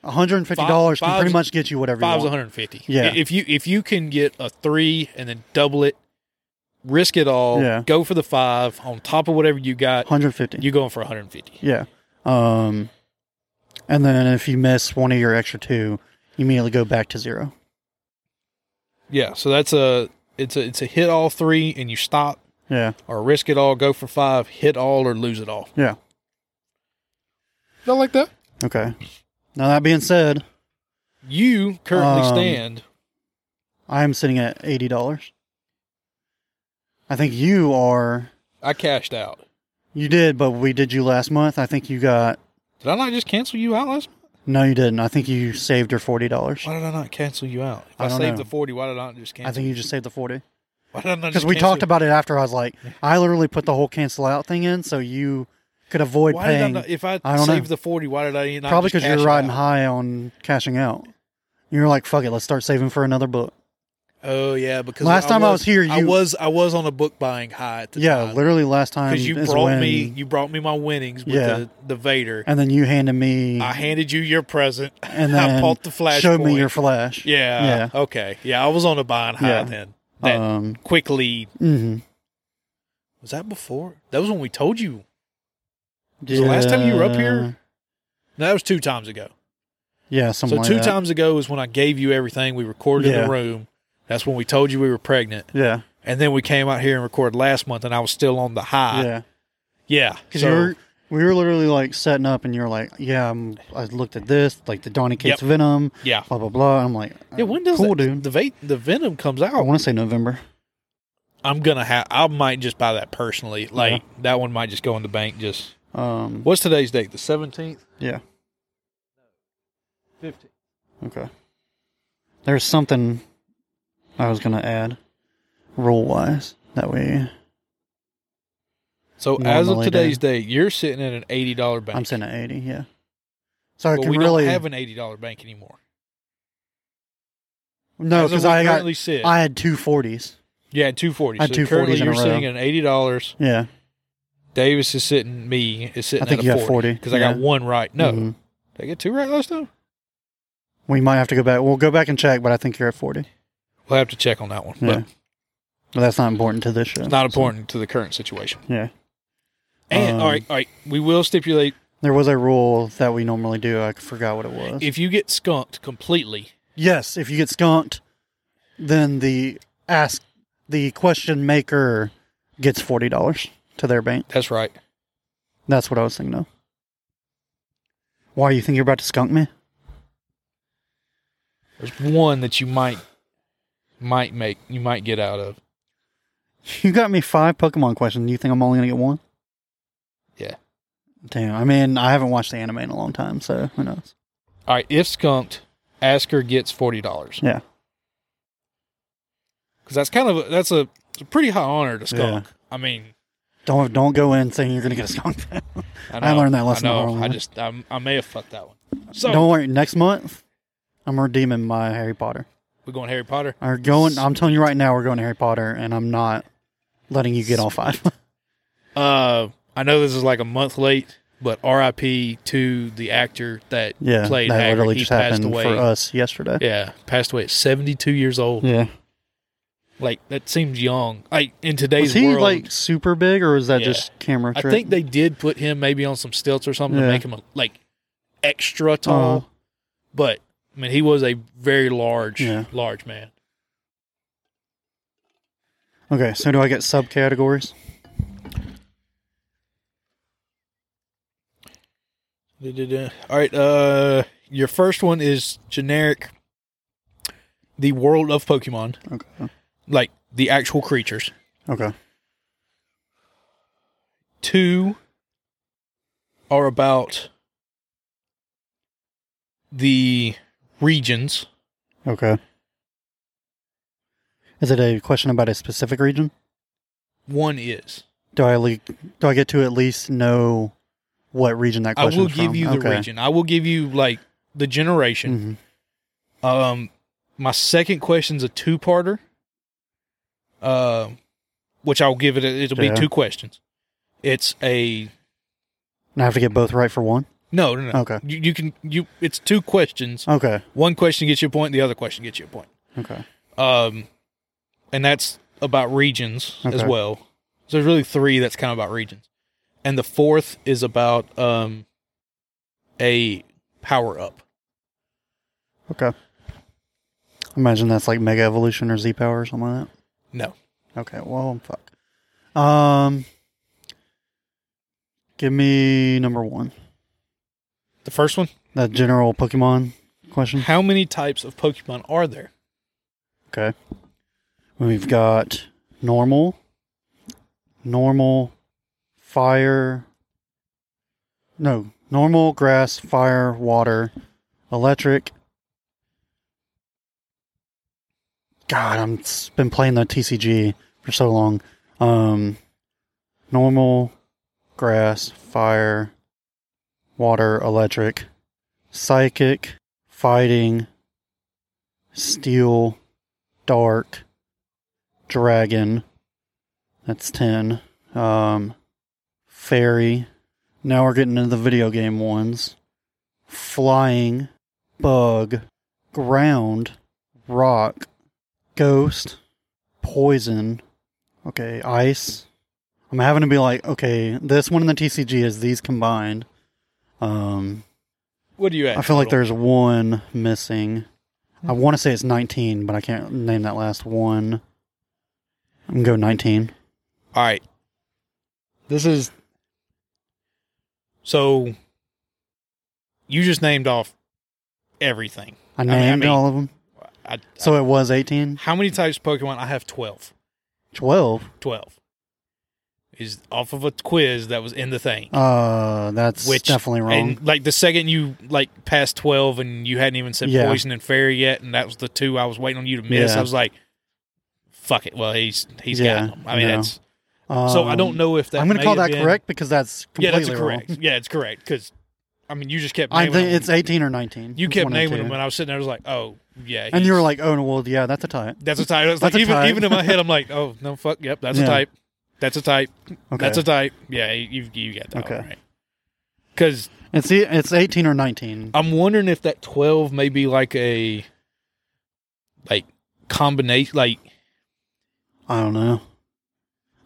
S1: one hundred and fifty dollars
S3: Five-
S1: can pretty
S3: five's-
S1: much get you whatever you
S3: Five's
S1: want.
S3: 150.
S1: Yeah.
S3: If you if you can get a three and then double it, risk it all,
S1: Yeah.
S3: go for the five on top of whatever you got,
S1: Hundred fifty.
S3: you're going for 150.
S1: Yeah. Um, and then if you miss one of your extra two, you immediately go back to zero.
S3: Yeah. So that's a it's a it's a hit all three and you stop
S1: Yeah.
S3: or risk it all, go for five, hit all or lose it all.
S1: Yeah.
S3: Not like that.
S1: Okay. Now that being said,
S3: You currently
S1: Um,
S3: stand.
S1: I am sitting at eighty dollars. I think you are.
S3: I cashed out.
S1: You did, but we did you last month. I think you got.
S3: Did I not just cancel you out last? month?
S1: No, you didn't. I think you saved your forty dollars.
S3: Why did I not cancel you out? If
S1: I
S3: I,
S1: don't
S3: saved
S1: know.
S3: the forty. Why did I not just cancel?
S1: I think you just saved the forty
S3: why did I not
S1: because
S3: just
S1: we
S3: cancel-
S1: talked about it after. I was like, I literally put the whole cancel out thing in so you could avoid
S3: Why did I
S1: paying.
S3: not, if I,
S1: I don't know.
S3: saved the forty? Why did I not?
S1: Probably
S3: because
S1: because you're riding high on cashing out. You're like, fuck it, let's start saving for another book.
S3: Oh yeah, because
S1: Last time I was here,
S3: I
S1: you-
S3: was I was on a book buying high at the
S1: Yeah,
S3: time.
S1: literally last time
S3: you
S1: is
S3: brought
S1: when-
S3: me you brought me my winnings with
S1: Yeah.
S3: the, the Vader.
S1: and then you handed me,
S3: I handed you your present.
S1: and
S3: I
S1: then
S3: bought the flashpoint.
S1: showed me your flash.
S3: yeah, Okay. Yeah, I was on a buying high
S1: Yeah.
S3: then. That
S1: um,
S3: quickly
S1: hmm
S3: was that before? That was when we told you. the last time you were up here? No, that was two times ago.
S1: Yeah, something
S3: so
S1: like
S3: two
S1: that.
S3: times ago is when I gave you everything. We recorded in
S1: Yeah.
S3: the room. That's when we told you we were pregnant,
S1: Yeah,
S3: and then we came out here and recorded last month, and I was still on the high.
S1: yeah.
S3: Yeah.
S1: Because
S3: so-
S1: we were literally like setting up, and you're like, yeah, I'm, I looked at this, like the Donny Cates Venom,
S3: yeah.
S1: blah blah blah. And I'm like,
S3: Yeah, when does
S1: Uh, cool,
S3: that-
S1: dude?
S3: the va- the venom comes
S1: I
S3: out?
S1: want to say November.
S3: I'm gonna have. I might just buy that personally. Like that one might just go in the bank. Just
S1: Um,
S3: what's today's date? The seventeenth,
S1: yeah,
S3: fifteenth.
S1: okay. There's something I was gonna add, rule wise, that we
S3: So as of
S1: Normally do.
S3: today's date, you're sitting at an eighty dollar bank.
S1: I'm sitting at eighty. Yeah, so I
S3: but
S1: can
S3: we
S1: really
S3: don't have an eighty dollar bank anymore.
S1: no
S3: As of
S1: because
S3: we
S1: I got
S3: currently sit.
S1: I had two forties.
S3: yeah, two forty.
S1: I had
S3: So
S1: two
S3: currently
S1: 40s in a
S3: you're
S1: row.
S3: sitting at an eighty dollars.
S1: Yeah,
S3: Davis is sitting. Me is sitting.
S1: I think
S3: at a
S1: you have 40,
S3: because I got
S1: yeah.
S3: one right. No,
S1: Mhm.
S3: did I get two right last time.
S1: we might have to go back. We'll go back and check, but I think you're at forty.
S3: We'll have to check on that one,
S1: Yeah,
S3: but
S1: But that's not important to this show.
S3: it's not important to the current situation.
S1: Yeah,
S3: And
S1: Um,
S3: all right, all right, we will stipulate
S1: there was a rule that we normally do. I forgot what it was.
S3: if you get skunked completely,
S1: yes, if you get skunked, then the ask the question maker gets forty dollars to their bank.
S3: That's right.
S1: That's what I was thinking of. Why you think you're about to skunk me?
S3: There's one that you might might make you might get out of.
S1: You got me five Pokemon questions. You think I'm only gonna get one?
S3: Yeah.
S1: Damn. I mean, I haven't watched the anime in a long time, so who knows?
S3: All right, if skunked, Asker gets forty dollars
S1: Yeah.
S3: because that's kind of a, that's a, it's a pretty high honor to skunk. I mean,
S1: Don't don't go in saying you're gonna get skunked.
S3: I,
S1: I
S3: know-
S1: learned that lesson the
S3: I
S1: hard
S3: know. I
S1: way.
S3: just I, I may have fucked that one. So
S1: Don't worry. Next month, I'm redeeming my Harry Potter.
S3: We're going Harry Potter.
S1: Are going? I'm telling you right now, we're going to Harry Potter, and I'm not letting you get all five.
S3: Uh, I know this is like a month late, but R.I.P. to the actor that
S1: yeah,
S3: played
S1: that
S3: Hagrid.
S1: literally
S3: he
S1: just
S3: passed
S1: happened
S3: away.
S1: for us yesterday.
S3: Yeah, passed away at 72 years old.
S1: Yeah,
S3: Like that seems young. Like in today's
S1: was he
S3: world,
S1: like super big, or was that
S3: Yeah.
S1: just camera?
S3: I
S1: trick?
S3: think they did put him maybe on some stilts or something
S1: Yeah.
S3: to make him like extra tall.
S1: Oh.
S3: But I mean, he was a very large,
S1: Yeah.
S3: large man.
S1: Okay, so do I get subcategories?
S3: Da-da-da. All right. Uh, your first one is generic. The world of Pokemon,
S1: Okay.
S3: like the actual creatures.
S1: Okay.
S3: Two are about the regions.
S1: Okay. Is it a question about a specific region?
S3: One is.
S1: Do I le- do I get to at least know what region that
S3: I
S1: question
S3: will give you the region. I will give you like the generation.
S1: hmm
S3: Um, my second question's a two-parter. Um, which I'll give it. It'll
S1: Yeah.
S3: be two questions. It's a
S1: And I have to get both right for one?
S3: no, no, no.
S1: Okay.
S3: You, you can you. It's two questions.
S1: Okay.
S3: One question gets you a point. The other question gets you a point.
S1: Okay.
S3: Um, and that's about regions as
S1: Okay.
S3: well. So there's really three that's kind of about regions, and the fourth is about um a power up.
S1: Okay. Imagine that's like Mega Evolution or Z Power or something like
S3: No.
S1: that. Okay. Well, fuck. Um, give me number one.
S3: The first one.
S1: That general Pokemon question.
S3: How many types of Pokemon are there?
S1: Okay. We've got normal, normal, fire. No, normal, grass, fire, water, electric. God, I'm s- been playing the TCG for so long. Um, normal, grass, fire, water, electric, psychic, fighting, steel, dark dragon that's 10 um fairy now we're getting into the video game ones flying bug ground rock ghost poison okay ice i'm having to be like okay this one in the tcg is these combined um
S3: What do you at?
S1: I feel like
S3: total?
S1: there's one missing. I want to say it's 19, but I can't name that last one. I'm going to go 19.
S3: All right. This is. So. You just named off everything.
S1: I
S3: mean-
S1: named
S3: I mean-
S1: all of them.
S3: I,
S1: So it was 18?
S3: how many types of Pokemon? I have 12.
S1: 12?
S3: 12. Is off of a quiz that was in the thing.
S1: Uh, that's
S3: Which
S1: definitely wrong.
S3: And like the second you like passed 12 and you hadn't even said
S1: Yeah.
S3: poison and fairy yet, and that was the two I was waiting on you to miss,
S1: Yeah.
S3: I was like, fuck it. Well, he's he's
S1: Yeah,
S3: got them. I mean,
S1: no.
S3: that's. So I don't
S1: Um,
S3: know if that.
S1: I'm going
S3: may
S1: to call
S3: have
S1: that
S3: been-
S1: correct because that's
S3: Yeah,
S1: completely
S3: that's correct.
S1: wrong.
S3: Yeah, it's correct because I mean you just kept.
S1: I
S3: Naming
S1: think
S3: them.
S1: it's 18 or 19.
S3: you
S1: It's
S3: kept
S1: one of the
S3: naming them,
S1: two.
S3: and I was sitting there, I was like, oh yeah,
S1: And you
S3: he's-
S1: were like, oh, no, well, yeah, that's a tie.
S3: that's a type. It's
S1: that's
S3: like
S1: a
S3: even
S1: type.
S3: even in my head, I'm like, oh no, fuck, yep, that's
S1: Yeah.
S3: a type, that's a type,
S1: Okay.
S3: that's a type. Yeah, you you got that
S1: Okay.
S3: one right. Because
S1: it's, e- it's 18 or 19.
S3: I'm wondering if that 12 may be like a like combination, like
S1: I don't know.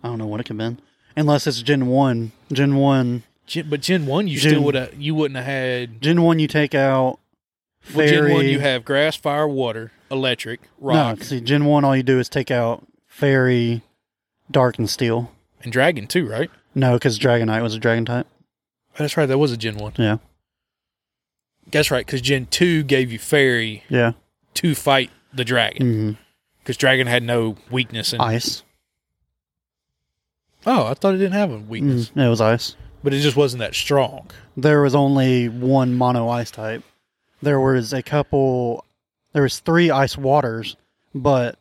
S1: I don't know what it could have been. Unless it's Gen 1. Gen 1
S3: Gen, but Gen One, you
S1: Gen-
S3: still would have you wouldn't have had.
S1: Gen one, you take out
S3: Well,
S1: fairy.
S3: Gen One, you have grass, fire, water, electric, rock,
S1: No, see, Gen one, all you do is take out fairy, dark, and steel.
S3: and dragon too, right?
S1: No, because Dragonite was a dragon type.
S3: That's right. That was a Gen One.
S1: Yeah,
S3: That's right, because Gen two gave you fairy
S1: yeah.
S3: to fight the
S1: hmm
S3: dragon, because dragon had no weakness. In,
S1: Ice.
S3: oh, I thought it didn't have a weakness,
S1: Mm, it was ice.
S3: but it just wasn't that strong.
S1: There was only one mono ice type. There was a couple. There was three ice waters, but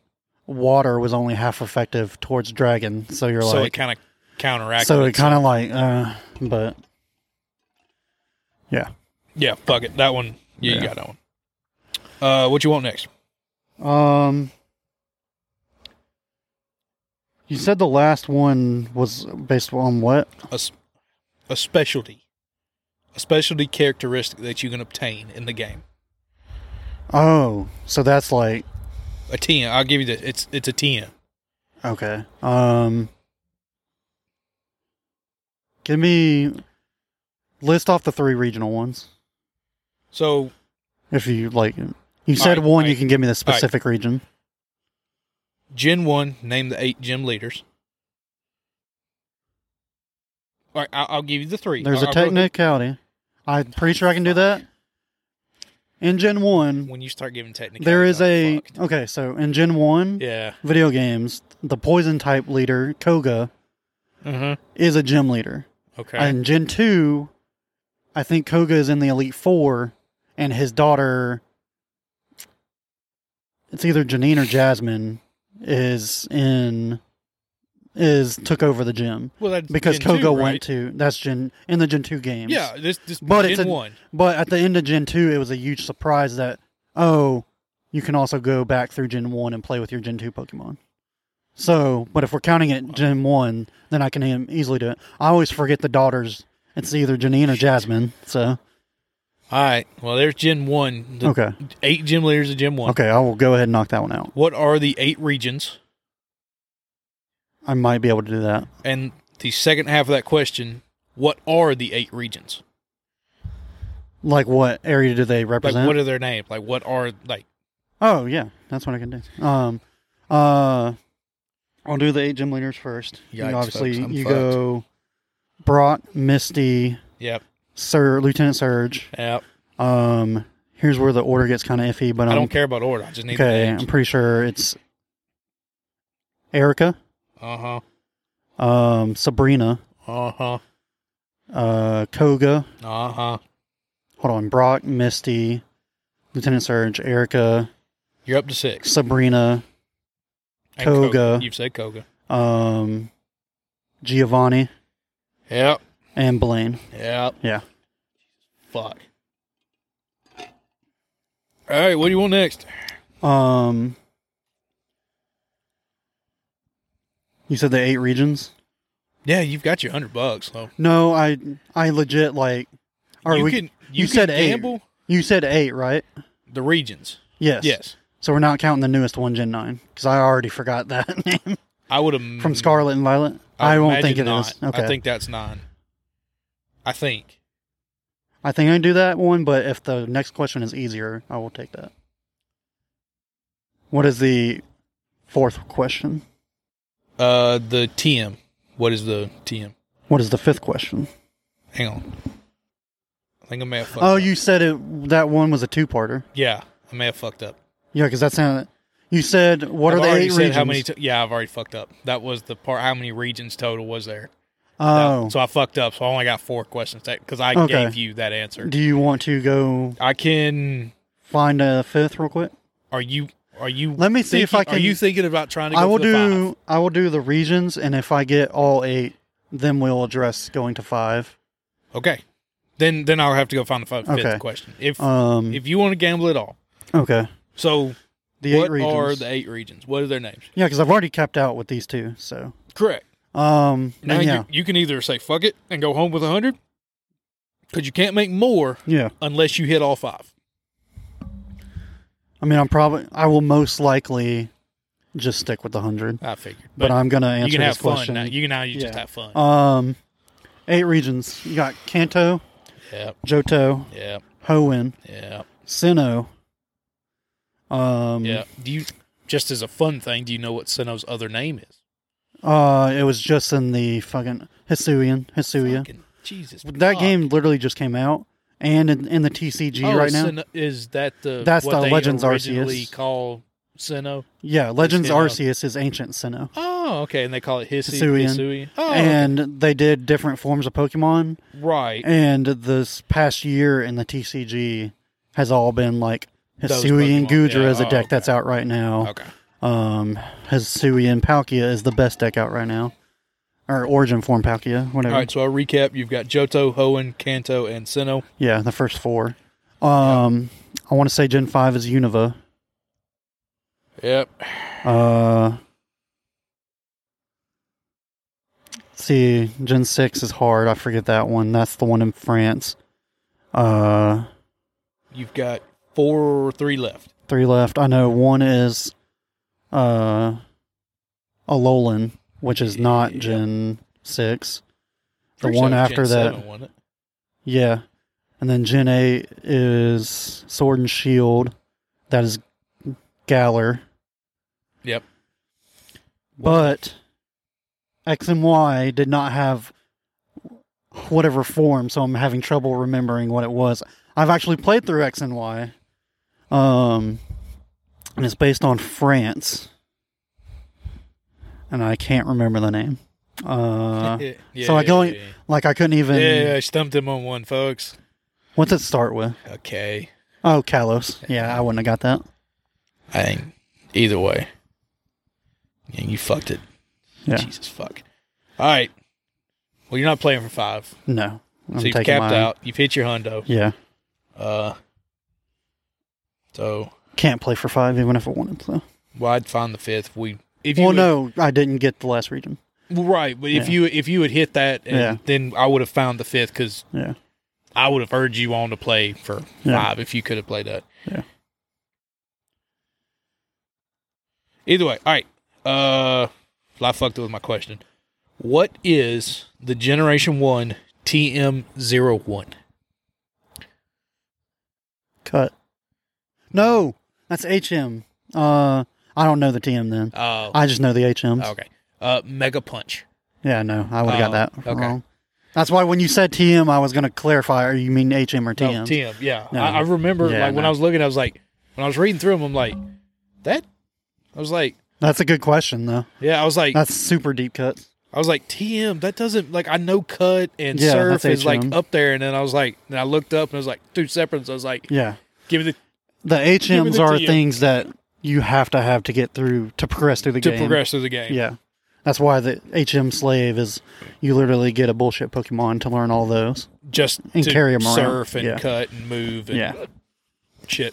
S1: water was only half effective towards dragon. So you're
S3: so it
S1: like,
S3: kind of counteracted.
S1: so it
S3: itself.
S1: kind of like, uh, but yeah.
S3: yeah, fuck it. That one, yeah,
S1: Yeah.
S3: you got that one. Uh, what you want next?
S1: Um, you said the last one was based on what?
S3: a, s- a specialty, a specialty characteristic that you can obtain in the game.
S1: Oh, so that's like
S3: A ten. I'll give you this. It's it's a ten.
S1: okay. Um, give me list off the three regional ones
S3: So
S1: if you like. You said
S3: Alright,
S1: one. You
S3: alright.
S1: can give me the specific region.
S3: Gen one, name the eight gym leaders. All right, I'll, I'll give you the three.
S1: There's
S3: a
S1: a technicality. I'm pretty sure I can do that. In Gen One,
S3: When you start giving technical,
S1: there is a okay. So in Gen One,
S3: yeah.
S1: video games, the poison type leader Koga
S3: Uh-huh.
S1: is a gym leader.
S3: Okay.
S1: And Gen two, I think Koga is in the Elite Four, and his daughter, it's either Janine or Jasmine, is in is took over the gym
S3: well, that's
S1: because
S3: Gen
S1: Koga
S3: 2,
S1: went
S3: right?
S1: to that's Gen in the Gen two games.
S3: Yeah, this this
S1: But
S3: Gen
S1: it's a-
S3: one.
S1: But at the end of Gen 2, it was a huge surprise that, oh, you can also go back through Gen 1 and play with your Gen 2 Pokemon. So, but if we're counting it Gen 1, then I can e- easily do it. I always forget the daughters. It's either Janine or Jasmine. So,
S3: All right. Well, there's Gen one. The
S1: okay.
S3: Eight gym leaders of Gen one.
S1: Okay, I will go ahead and knock that one out.
S3: What are the eight regions?
S1: I might be able to do that.
S3: And the second half of that question, what are the eight regions?
S1: Like, what area do they
S3: Like,
S1: represent?
S3: what are their names? Like, what are, like,
S1: oh, yeah. That's what I can do. Um, uh, I'll do the eight gym leaders first. You
S3: Yikes,
S1: obviously,
S3: folks, I'm
S1: you
S3: fucked.
S1: go Brock, Misty,
S3: yep,
S1: Sir Lieutenant Surge.
S3: yep.
S1: Um, here's where the order gets kind of iffy, but
S3: I
S1: I'm,
S3: don't care about order. I just need
S1: Um, okay.
S3: the
S1: I'm
S3: names.
S1: pretty sure it's Erica,
S3: Uh huh.
S1: um, Sabrina,
S3: Uh huh.
S1: uh, Koga.
S3: Uh huh.
S1: Hold on, Brock, Misty, Lieutenant Surge, Erica,
S3: You're up to six.
S1: Sabrina,
S3: And
S1: Koga.
S3: You've said Koga.
S1: um, Giovanni,
S3: Yep.
S1: and Blaine.
S3: Yep.
S1: Yeah.
S3: Fuck. All right. What do you want next?
S1: Um, you said the eight regions.
S3: Yeah, you've got your hundred bucks. So
S1: No, I I legit like. Are
S3: you
S1: we?
S3: can you,
S1: you
S3: can
S1: said eight.
S3: gamble
S1: you said eight, right?
S3: the regions.
S1: Yes.
S3: Yes.
S1: So we're not counting the newest one, Gen 9, because I already forgot that name
S3: I would have
S1: from Scarlet and Violet. I, don't think it is. Okay.
S3: I think that's nine. I think.
S1: I think I can do that one, but if the next question is easier, I will take that. What is the fourth question?
S3: Uh, the TM. What is the TM?
S1: What is the fifth question?
S3: Hang on. I think I may have fucked.
S1: Oh,
S3: up.
S1: you said it. That one was a two-parter.
S3: Yeah, I may have fucked up.
S1: Yeah, because that sounded. You said what
S3: I've
S1: are the
S3: already
S1: eight
S3: said
S1: regions?
S3: How many? to- yeah, I've already fucked up. That was the part. How many regions total was there?
S1: oh,
S3: so I fucked up. So I only got four questions because I
S1: Okay.
S3: gave you that answer.
S1: do you want to go
S3: I can.
S1: find a fifth real quick?
S3: Are you? Are you?
S1: Let me see if
S3: thinking-
S1: I
S3: Are
S1: can-
S3: you thinking about trying to? Go
S1: I will
S3: for the
S1: do.
S3: five?
S1: I will do the regions, and if I get all eight, then we'll address going to five.
S3: Okay. Then then I'll have to go find the fi- fifth
S1: Okay.
S3: question. If
S1: Um.
S3: if you want to gamble at all.
S1: okay.
S3: So
S1: The
S3: what
S1: eight regions.
S3: are the eight regions? What are their names?
S1: yeah, because I've already capped out with these two. So.
S3: Correct.
S1: Um.
S3: Now
S1: and yeah.
S3: you, you can either say fuck it and go home with a hundred, because you can't make more
S1: yeah.
S3: unless you hit all five.
S1: I mean, I'm probably. I will most likely just stick with the hundred,
S3: I figured.
S1: but, I'm gonna answer
S3: you can
S1: this
S3: have fun
S1: question.
S3: now. You can now you just
S1: Yeah.
S3: have fun.
S1: um. Eight regions. You got Kanto,
S3: yeah,
S1: Johto,
S3: yeah,
S1: Hoenn,
S3: yeah,
S1: Sinnoh. Um.
S3: yeah. Do you just as a fun thing? Do you know what Sinnoh's other name is?
S1: Uh. It was just in the fucking Hisuian. Hisuia.
S3: Fucking Jesus.
S1: That
S3: fuck.
S1: game literally just came out, and in, in the TCG
S3: Oh,
S1: right now.
S3: Sinnoh- is that the
S1: That's
S3: what
S1: the
S3: they
S1: Legends
S3: originally
S1: Arceus.
S3: call Sinnoh?
S1: yeah, Legends
S3: Sinnoh.
S1: Arceus is ancient Sinnoh,
S3: Oh, okay, and they call it Hisui.
S1: Hisuian.
S3: Hisui. Oh,
S1: and they did different forms of Pokemon.
S3: right.
S1: And this past year in the TCG has all been like
S3: Those
S1: Hisuian
S3: Pokemon,
S1: Gudra
S3: yeah.
S1: is a
S3: Oh,
S1: deck that's out right now.
S3: okay.
S1: Um, Hisuian Palkia is the best deck out right now, or Origin form Palkia,
S3: All
S1: whatever.
S3: right, so I'll recap. You've got Johto, Hoenn, Kanto, and Sinnoh.
S1: Yeah, the first four. Um, I want to say Gen five is Unova.
S3: Yep.
S1: Uh, let's see, Gen Six is hard. I forget that one. That's the one in France. Uh,
S3: You've got four or three left.
S1: three left. I know one is, uh, Alolan, which is not
S3: Yeah.
S1: Gen Six. The
S3: Pretty
S1: one
S3: sure
S1: after
S3: Gen
S1: that,
S3: 7 won it.
S1: yeah, and then Gen Eight is Sword and Shield. That is Galar.
S3: Yep.
S1: But X and Y did not have whatever form, so I'm having trouble remembering what it was. I've actually played through X and Y. Um and it's based on France. And I can't remember the name. Uh
S3: yeah,
S1: so I go-
S3: Yeah,
S1: like I couldn't even
S3: yeah, I stumped him on one, folks.
S1: what's it start with?
S3: Okay.
S1: Oh, Kalos. Yeah, I wouldn't have got that.
S3: I think either way. Yeah, you fucked it.
S1: Yeah.
S3: Jesus fuck. All right. Well, you're not playing for five,
S1: No. I'm
S3: so you've
S1: taking
S3: capped
S1: mine.
S3: out. You've hit your hundo.
S1: Yeah.
S3: Uh. So,
S1: Can't play for five even if I wanted to.
S3: well, I'd find the fifth. If we if you
S1: Well
S3: would-
S1: no, I didn't get the last region.
S3: Well, right, but if
S1: Yeah.
S3: you if you had hit that, and
S1: Yeah.
S3: then I would have found the fifth because
S1: Yeah.
S3: I would have urged you on to play for
S1: Yeah.
S3: five if you could have played that.
S1: Yeah.
S3: Either way, all right. Uh, I fucked it with my question. What is the Generation One TM01?
S1: Cut. No, that's HM. Uh, I don't know the TM then.
S3: Oh,
S1: I just know the HMs.
S3: okay. Uh, Mega Punch.
S1: Yeah, no, I would have got
S3: Oh,
S1: that
S3: okay.
S1: wrong. That's why when you said TM, I was going to clarify. Are you mean HM or
S3: No,
S1: TM?
S3: TM. Yeah,
S1: No.
S3: I, I remember
S1: Yeah,
S3: like when
S1: no.
S3: I was looking, I was like, when I was reading through them, I'm like, that. I was like,
S1: That's a good question though.
S3: yeah, I was like,
S1: That's super deep cuts.
S3: I was like, TM, that doesn't like I know cut and
S1: Yeah,
S3: surf
S1: that's
S3: is like
S1: HM.
S3: up there, and then I was like, and I looked up and it was like two separates. I was like,
S1: Yeah,
S3: give me the
S1: the
S3: me
S1: HMs
S3: the
S1: are
S3: TM.
S1: things that you have to have to get through to progress through the
S3: to
S1: game.
S3: progress through the game.
S1: Yeah, that's why the HM slave is you literally get a bullshit Pokemon to learn all those.
S3: Just
S1: And
S3: to
S1: carry 'em around.
S3: surf and
S1: Yeah.
S3: cut and move and
S1: Yeah.
S3: shit.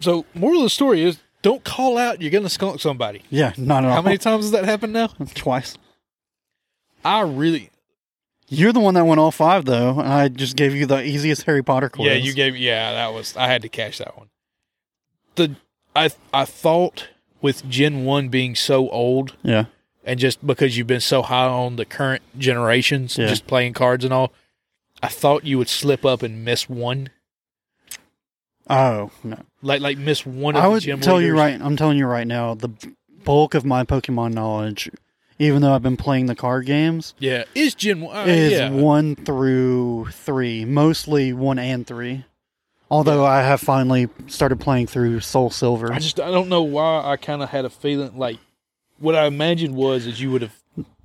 S3: So moral of the story is don't call out you're gonna skunk somebody.
S1: Yeah, not at all.
S3: How many times has that happened now?
S1: Twice.
S3: I really
S1: You're the one that went all five, though. and I just gave you the easiest Harry Potter quiz.
S3: Yeah, you gave. Yeah, that was. I had to catch that one. The I I thought with Gen One being so old,
S1: Yeah,
S3: and just because you've been so high on the current generations,
S1: Yeah.
S3: just playing cards and all, I thought you would slip up and miss one,
S1: Oh no!
S3: like like miss one. Of
S1: I
S3: the
S1: would
S3: gym
S1: tell you
S3: leaders.
S1: right. I'm telling you right now. The bulk of my Pokemon knowledge, even though I've been playing the card games,
S3: Yeah, is Gen One? Uh,
S1: is
S3: yeah,
S1: one through three, mostly one and three. Although I have finally started playing through Soul Silver.
S3: I just I don't know why I kind of had a feeling like what I imagined was is you would have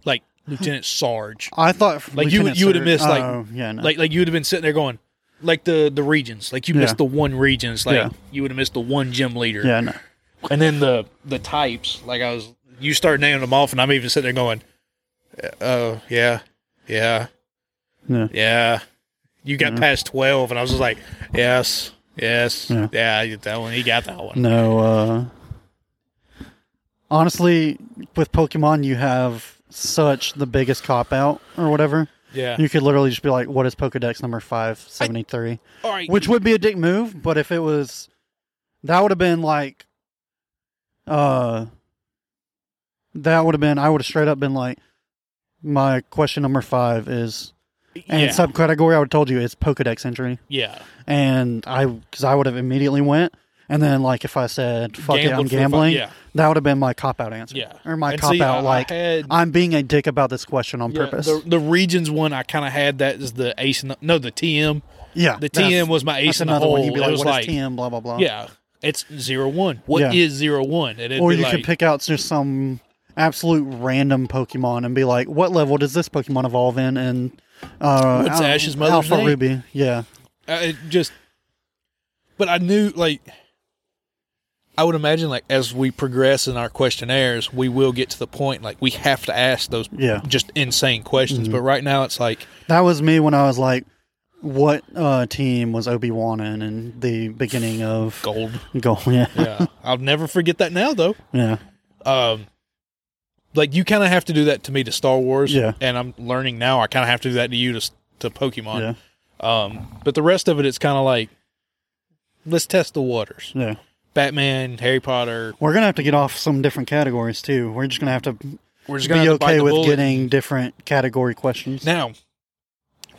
S3: like Lieutenant Sarge.
S1: I thought
S3: Like, you would-
S1: Lieutenant
S3: you would have
S1: Surge-
S3: missed, like-
S1: oh, yeah, no.
S3: like like you would have been sitting there going like the the regions like you
S1: Yeah.
S3: missed the one regions like
S1: Yeah.
S3: you would have missed the one gym leader
S1: yeah, no.
S3: and then the the types like i was you start naming them off and i'm even sitting there going oh yeah yeah
S1: Yeah.
S3: yeah you got past 12 and i was just like yes yes
S1: Yeah.
S3: yeah, I get that one he got that one
S1: No, uh honestly, with Pokemon you have such the biggest cop out or whatever.
S3: yeah
S1: You could literally just be like, What is Pokedex number five seventy three?
S3: all right
S1: Which would be a dick move, but if it was that would have been like uh that would have been I would have straight up been like my question number five is and
S3: yeah,
S1: subcategory I would have told you it's Pokedex entry
S3: yeah
S1: and I because I would have immediately went, and then like if I said fuck it,
S3: Gambled
S1: I'm
S3: for fun,
S1: gambling,
S3: yeah.
S1: that would have been my cop out answer,
S3: yeah
S1: or my
S3: And
S1: cop
S3: see, I-
S1: out
S3: I
S1: like
S3: had-
S1: I'm being a dick about this question on
S3: yeah,
S1: purpose.
S3: the, the regions one i kind of had that as the ace in the, no the tm
S1: yeah,
S3: the
S1: that's-
S3: tm was my
S1: that's
S3: ace in the
S1: another
S3: hole
S1: one. You'd be
S3: It
S1: like,
S3: was
S1: what is
S3: like
S1: TM? Blah blah blah.
S3: Yeah, it's zero one. What
S1: Yeah.
S3: is zero one? And it'd
S1: or
S3: be
S1: you
S3: like,
S1: could pick out just some absolute random Pokemon and be like, what level does this Pokemon evolve in? And uh,
S3: What's
S1: Al-
S3: Ash's mother's
S1: Alpha
S3: name?
S1: Ruby, yeah,
S3: I, uh, it just. But I knew like. I would imagine like as we progress in our questionnaires, we will get to the point like we have to ask those
S1: Yeah. Mm-hmm.
S3: just insane questions. But right now it's like
S1: that was me when I was like. what uh, team was Obi Wan in in the beginning of
S3: Gold.
S1: Gold? Yeah,
S3: Yeah. I'll never forget that now though.
S1: yeah,
S3: Um like you kind of have to do that to me to Star Wars.
S1: Yeah.
S3: And I'm learning now I kind of have to do that to you to to Pokemon.
S1: yeah,
S3: Um but the rest of it it's kind of like let's test the waters.
S1: yeah.
S3: Batman, Harry Potter.
S1: We're gonna have to get off some different categories too. We're just gonna have to
S3: We're just going
S1: be
S3: to bite
S1: okay
S3: the
S1: with
S3: bullet.
S1: getting different category questions.
S3: Now,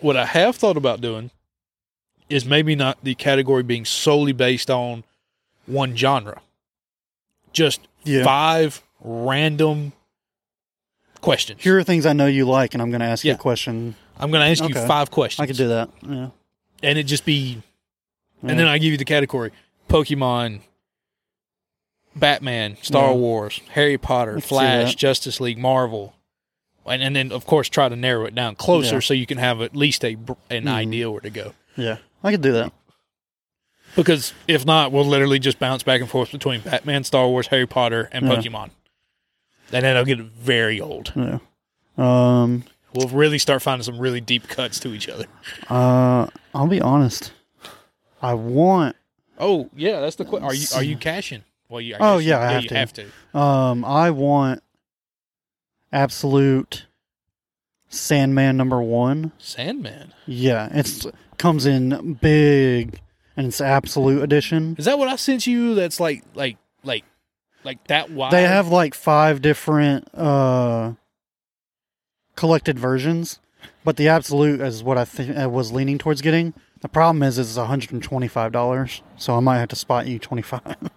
S3: what I have thought about doing is maybe not the category being solely based on one genre. Just
S1: Yeah.
S3: five random questions.
S1: Here are things I know you like, and I'm gonna ask you a
S3: Yeah.
S1: question.
S3: I'm going to ask
S1: Okay.
S3: you five questions.
S1: I could do that. Yeah.
S3: And it just be,
S1: Yeah.
S3: and then I give you the category Pokemon, Batman, Star
S1: Yeah.
S3: Wars, Harry Potter,
S1: I can see
S3: Flash,
S1: that.
S3: Justice League, Marvel. And, and then, of course, try to narrow it down closer
S1: Yeah.
S3: so you can have at least a br- an
S1: Mhm.
S3: idea where to go.
S1: Yeah, I could do that.
S3: Because if not, we'll literally just bounce back and forth between Batman, Star Wars, Harry Potter, and
S1: Yeah.
S3: Pokemon. And then it'll get very old.
S1: Yeah. Um.
S3: We'll really start finding some really deep cuts to each other.
S1: Uh. I'll be honest. I want.
S3: Oh yeah, that's the question. Are you are you cashing? Well, you. I
S1: Oh,
S3: guess
S1: yeah, I have
S3: you
S1: to.
S3: have to.
S1: Um. I want. Absolute. Sandman number one.
S3: Sandman.
S1: Yeah, it's comes in big, and it's absolute edition.
S3: Is that what I sent you? That's like like like like that wide.
S1: They have like five different uh collected versions, but the absolute is what I think I was leaning towards getting. The problem is, it's one hundred and twenty-five dollars, so I might have to spot you twenty-five.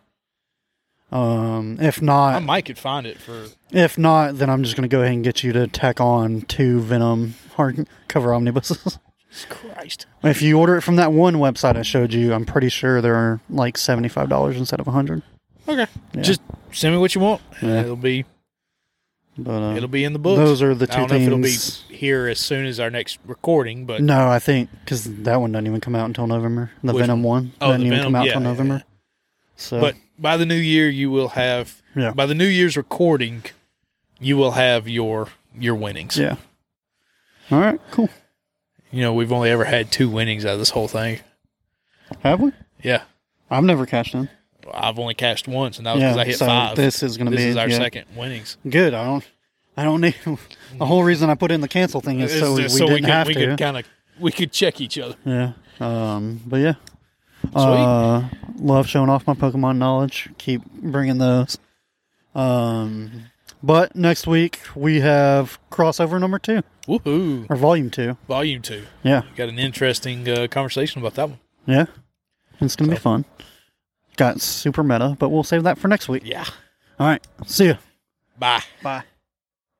S1: um, if
S3: I
S1: not,
S3: might could find it for.
S1: if not, then I'm just gonna go ahead and get you to tack on two Venom hardcover omnibuses.
S3: Christ.
S1: if you order it from that one website I showed you, I'm pretty sure they're like seventy-five dollars instead of a hundred.
S3: Okay.
S1: Yeah.
S3: Just send me what you want.
S1: Yeah.
S3: It'll be
S1: But uh,
S3: it'll be in the books.
S1: those are the two
S3: I don't know if it'll
S1: things-
S3: be here as soon as our next recording, but
S1: No, I think because that one doesn't even come out until November. The
S3: Which
S1: Venom one
S3: Oh, the
S1: doesn't even
S3: Venom,
S1: come out
S3: yeah,
S1: until
S3: yeah,
S1: November.
S3: yeah.
S1: So,
S3: but by the new year you will have
S1: Yeah.
S3: by the new year's recording you will have your your winnings
S1: yeah. All right, cool.
S3: you know we've only ever had two winnings out of this whole thing
S1: Have we?
S3: yeah
S1: I've never cashed in.
S3: i've only cashed once and that was
S1: Yeah,
S3: because i hit
S1: so
S3: five
S1: this is gonna
S3: This
S1: be-
S3: is our
S1: yeah.
S3: second winnings
S1: Good. I don't. I don't need. The whole reason I put in the cancel thing is
S3: It's
S1: so we,
S3: just
S1: we didn't
S3: could,
S1: have
S3: we
S1: to.
S3: could kind of we could check each other
S1: yeah. Um. But yeah. Uh, love showing off my Pokemon knowledge. Keep bringing those. Um. But next week we have crossover number two
S3: woohoo
S1: or volume two.
S3: volume two
S1: Yeah.
S3: got an interesting uh, conversation about that one
S1: Yeah. It's going to be fun. Got super meta, but we'll save that for next week.
S3: yeah
S1: All right. See ya.
S3: bye
S1: Bye.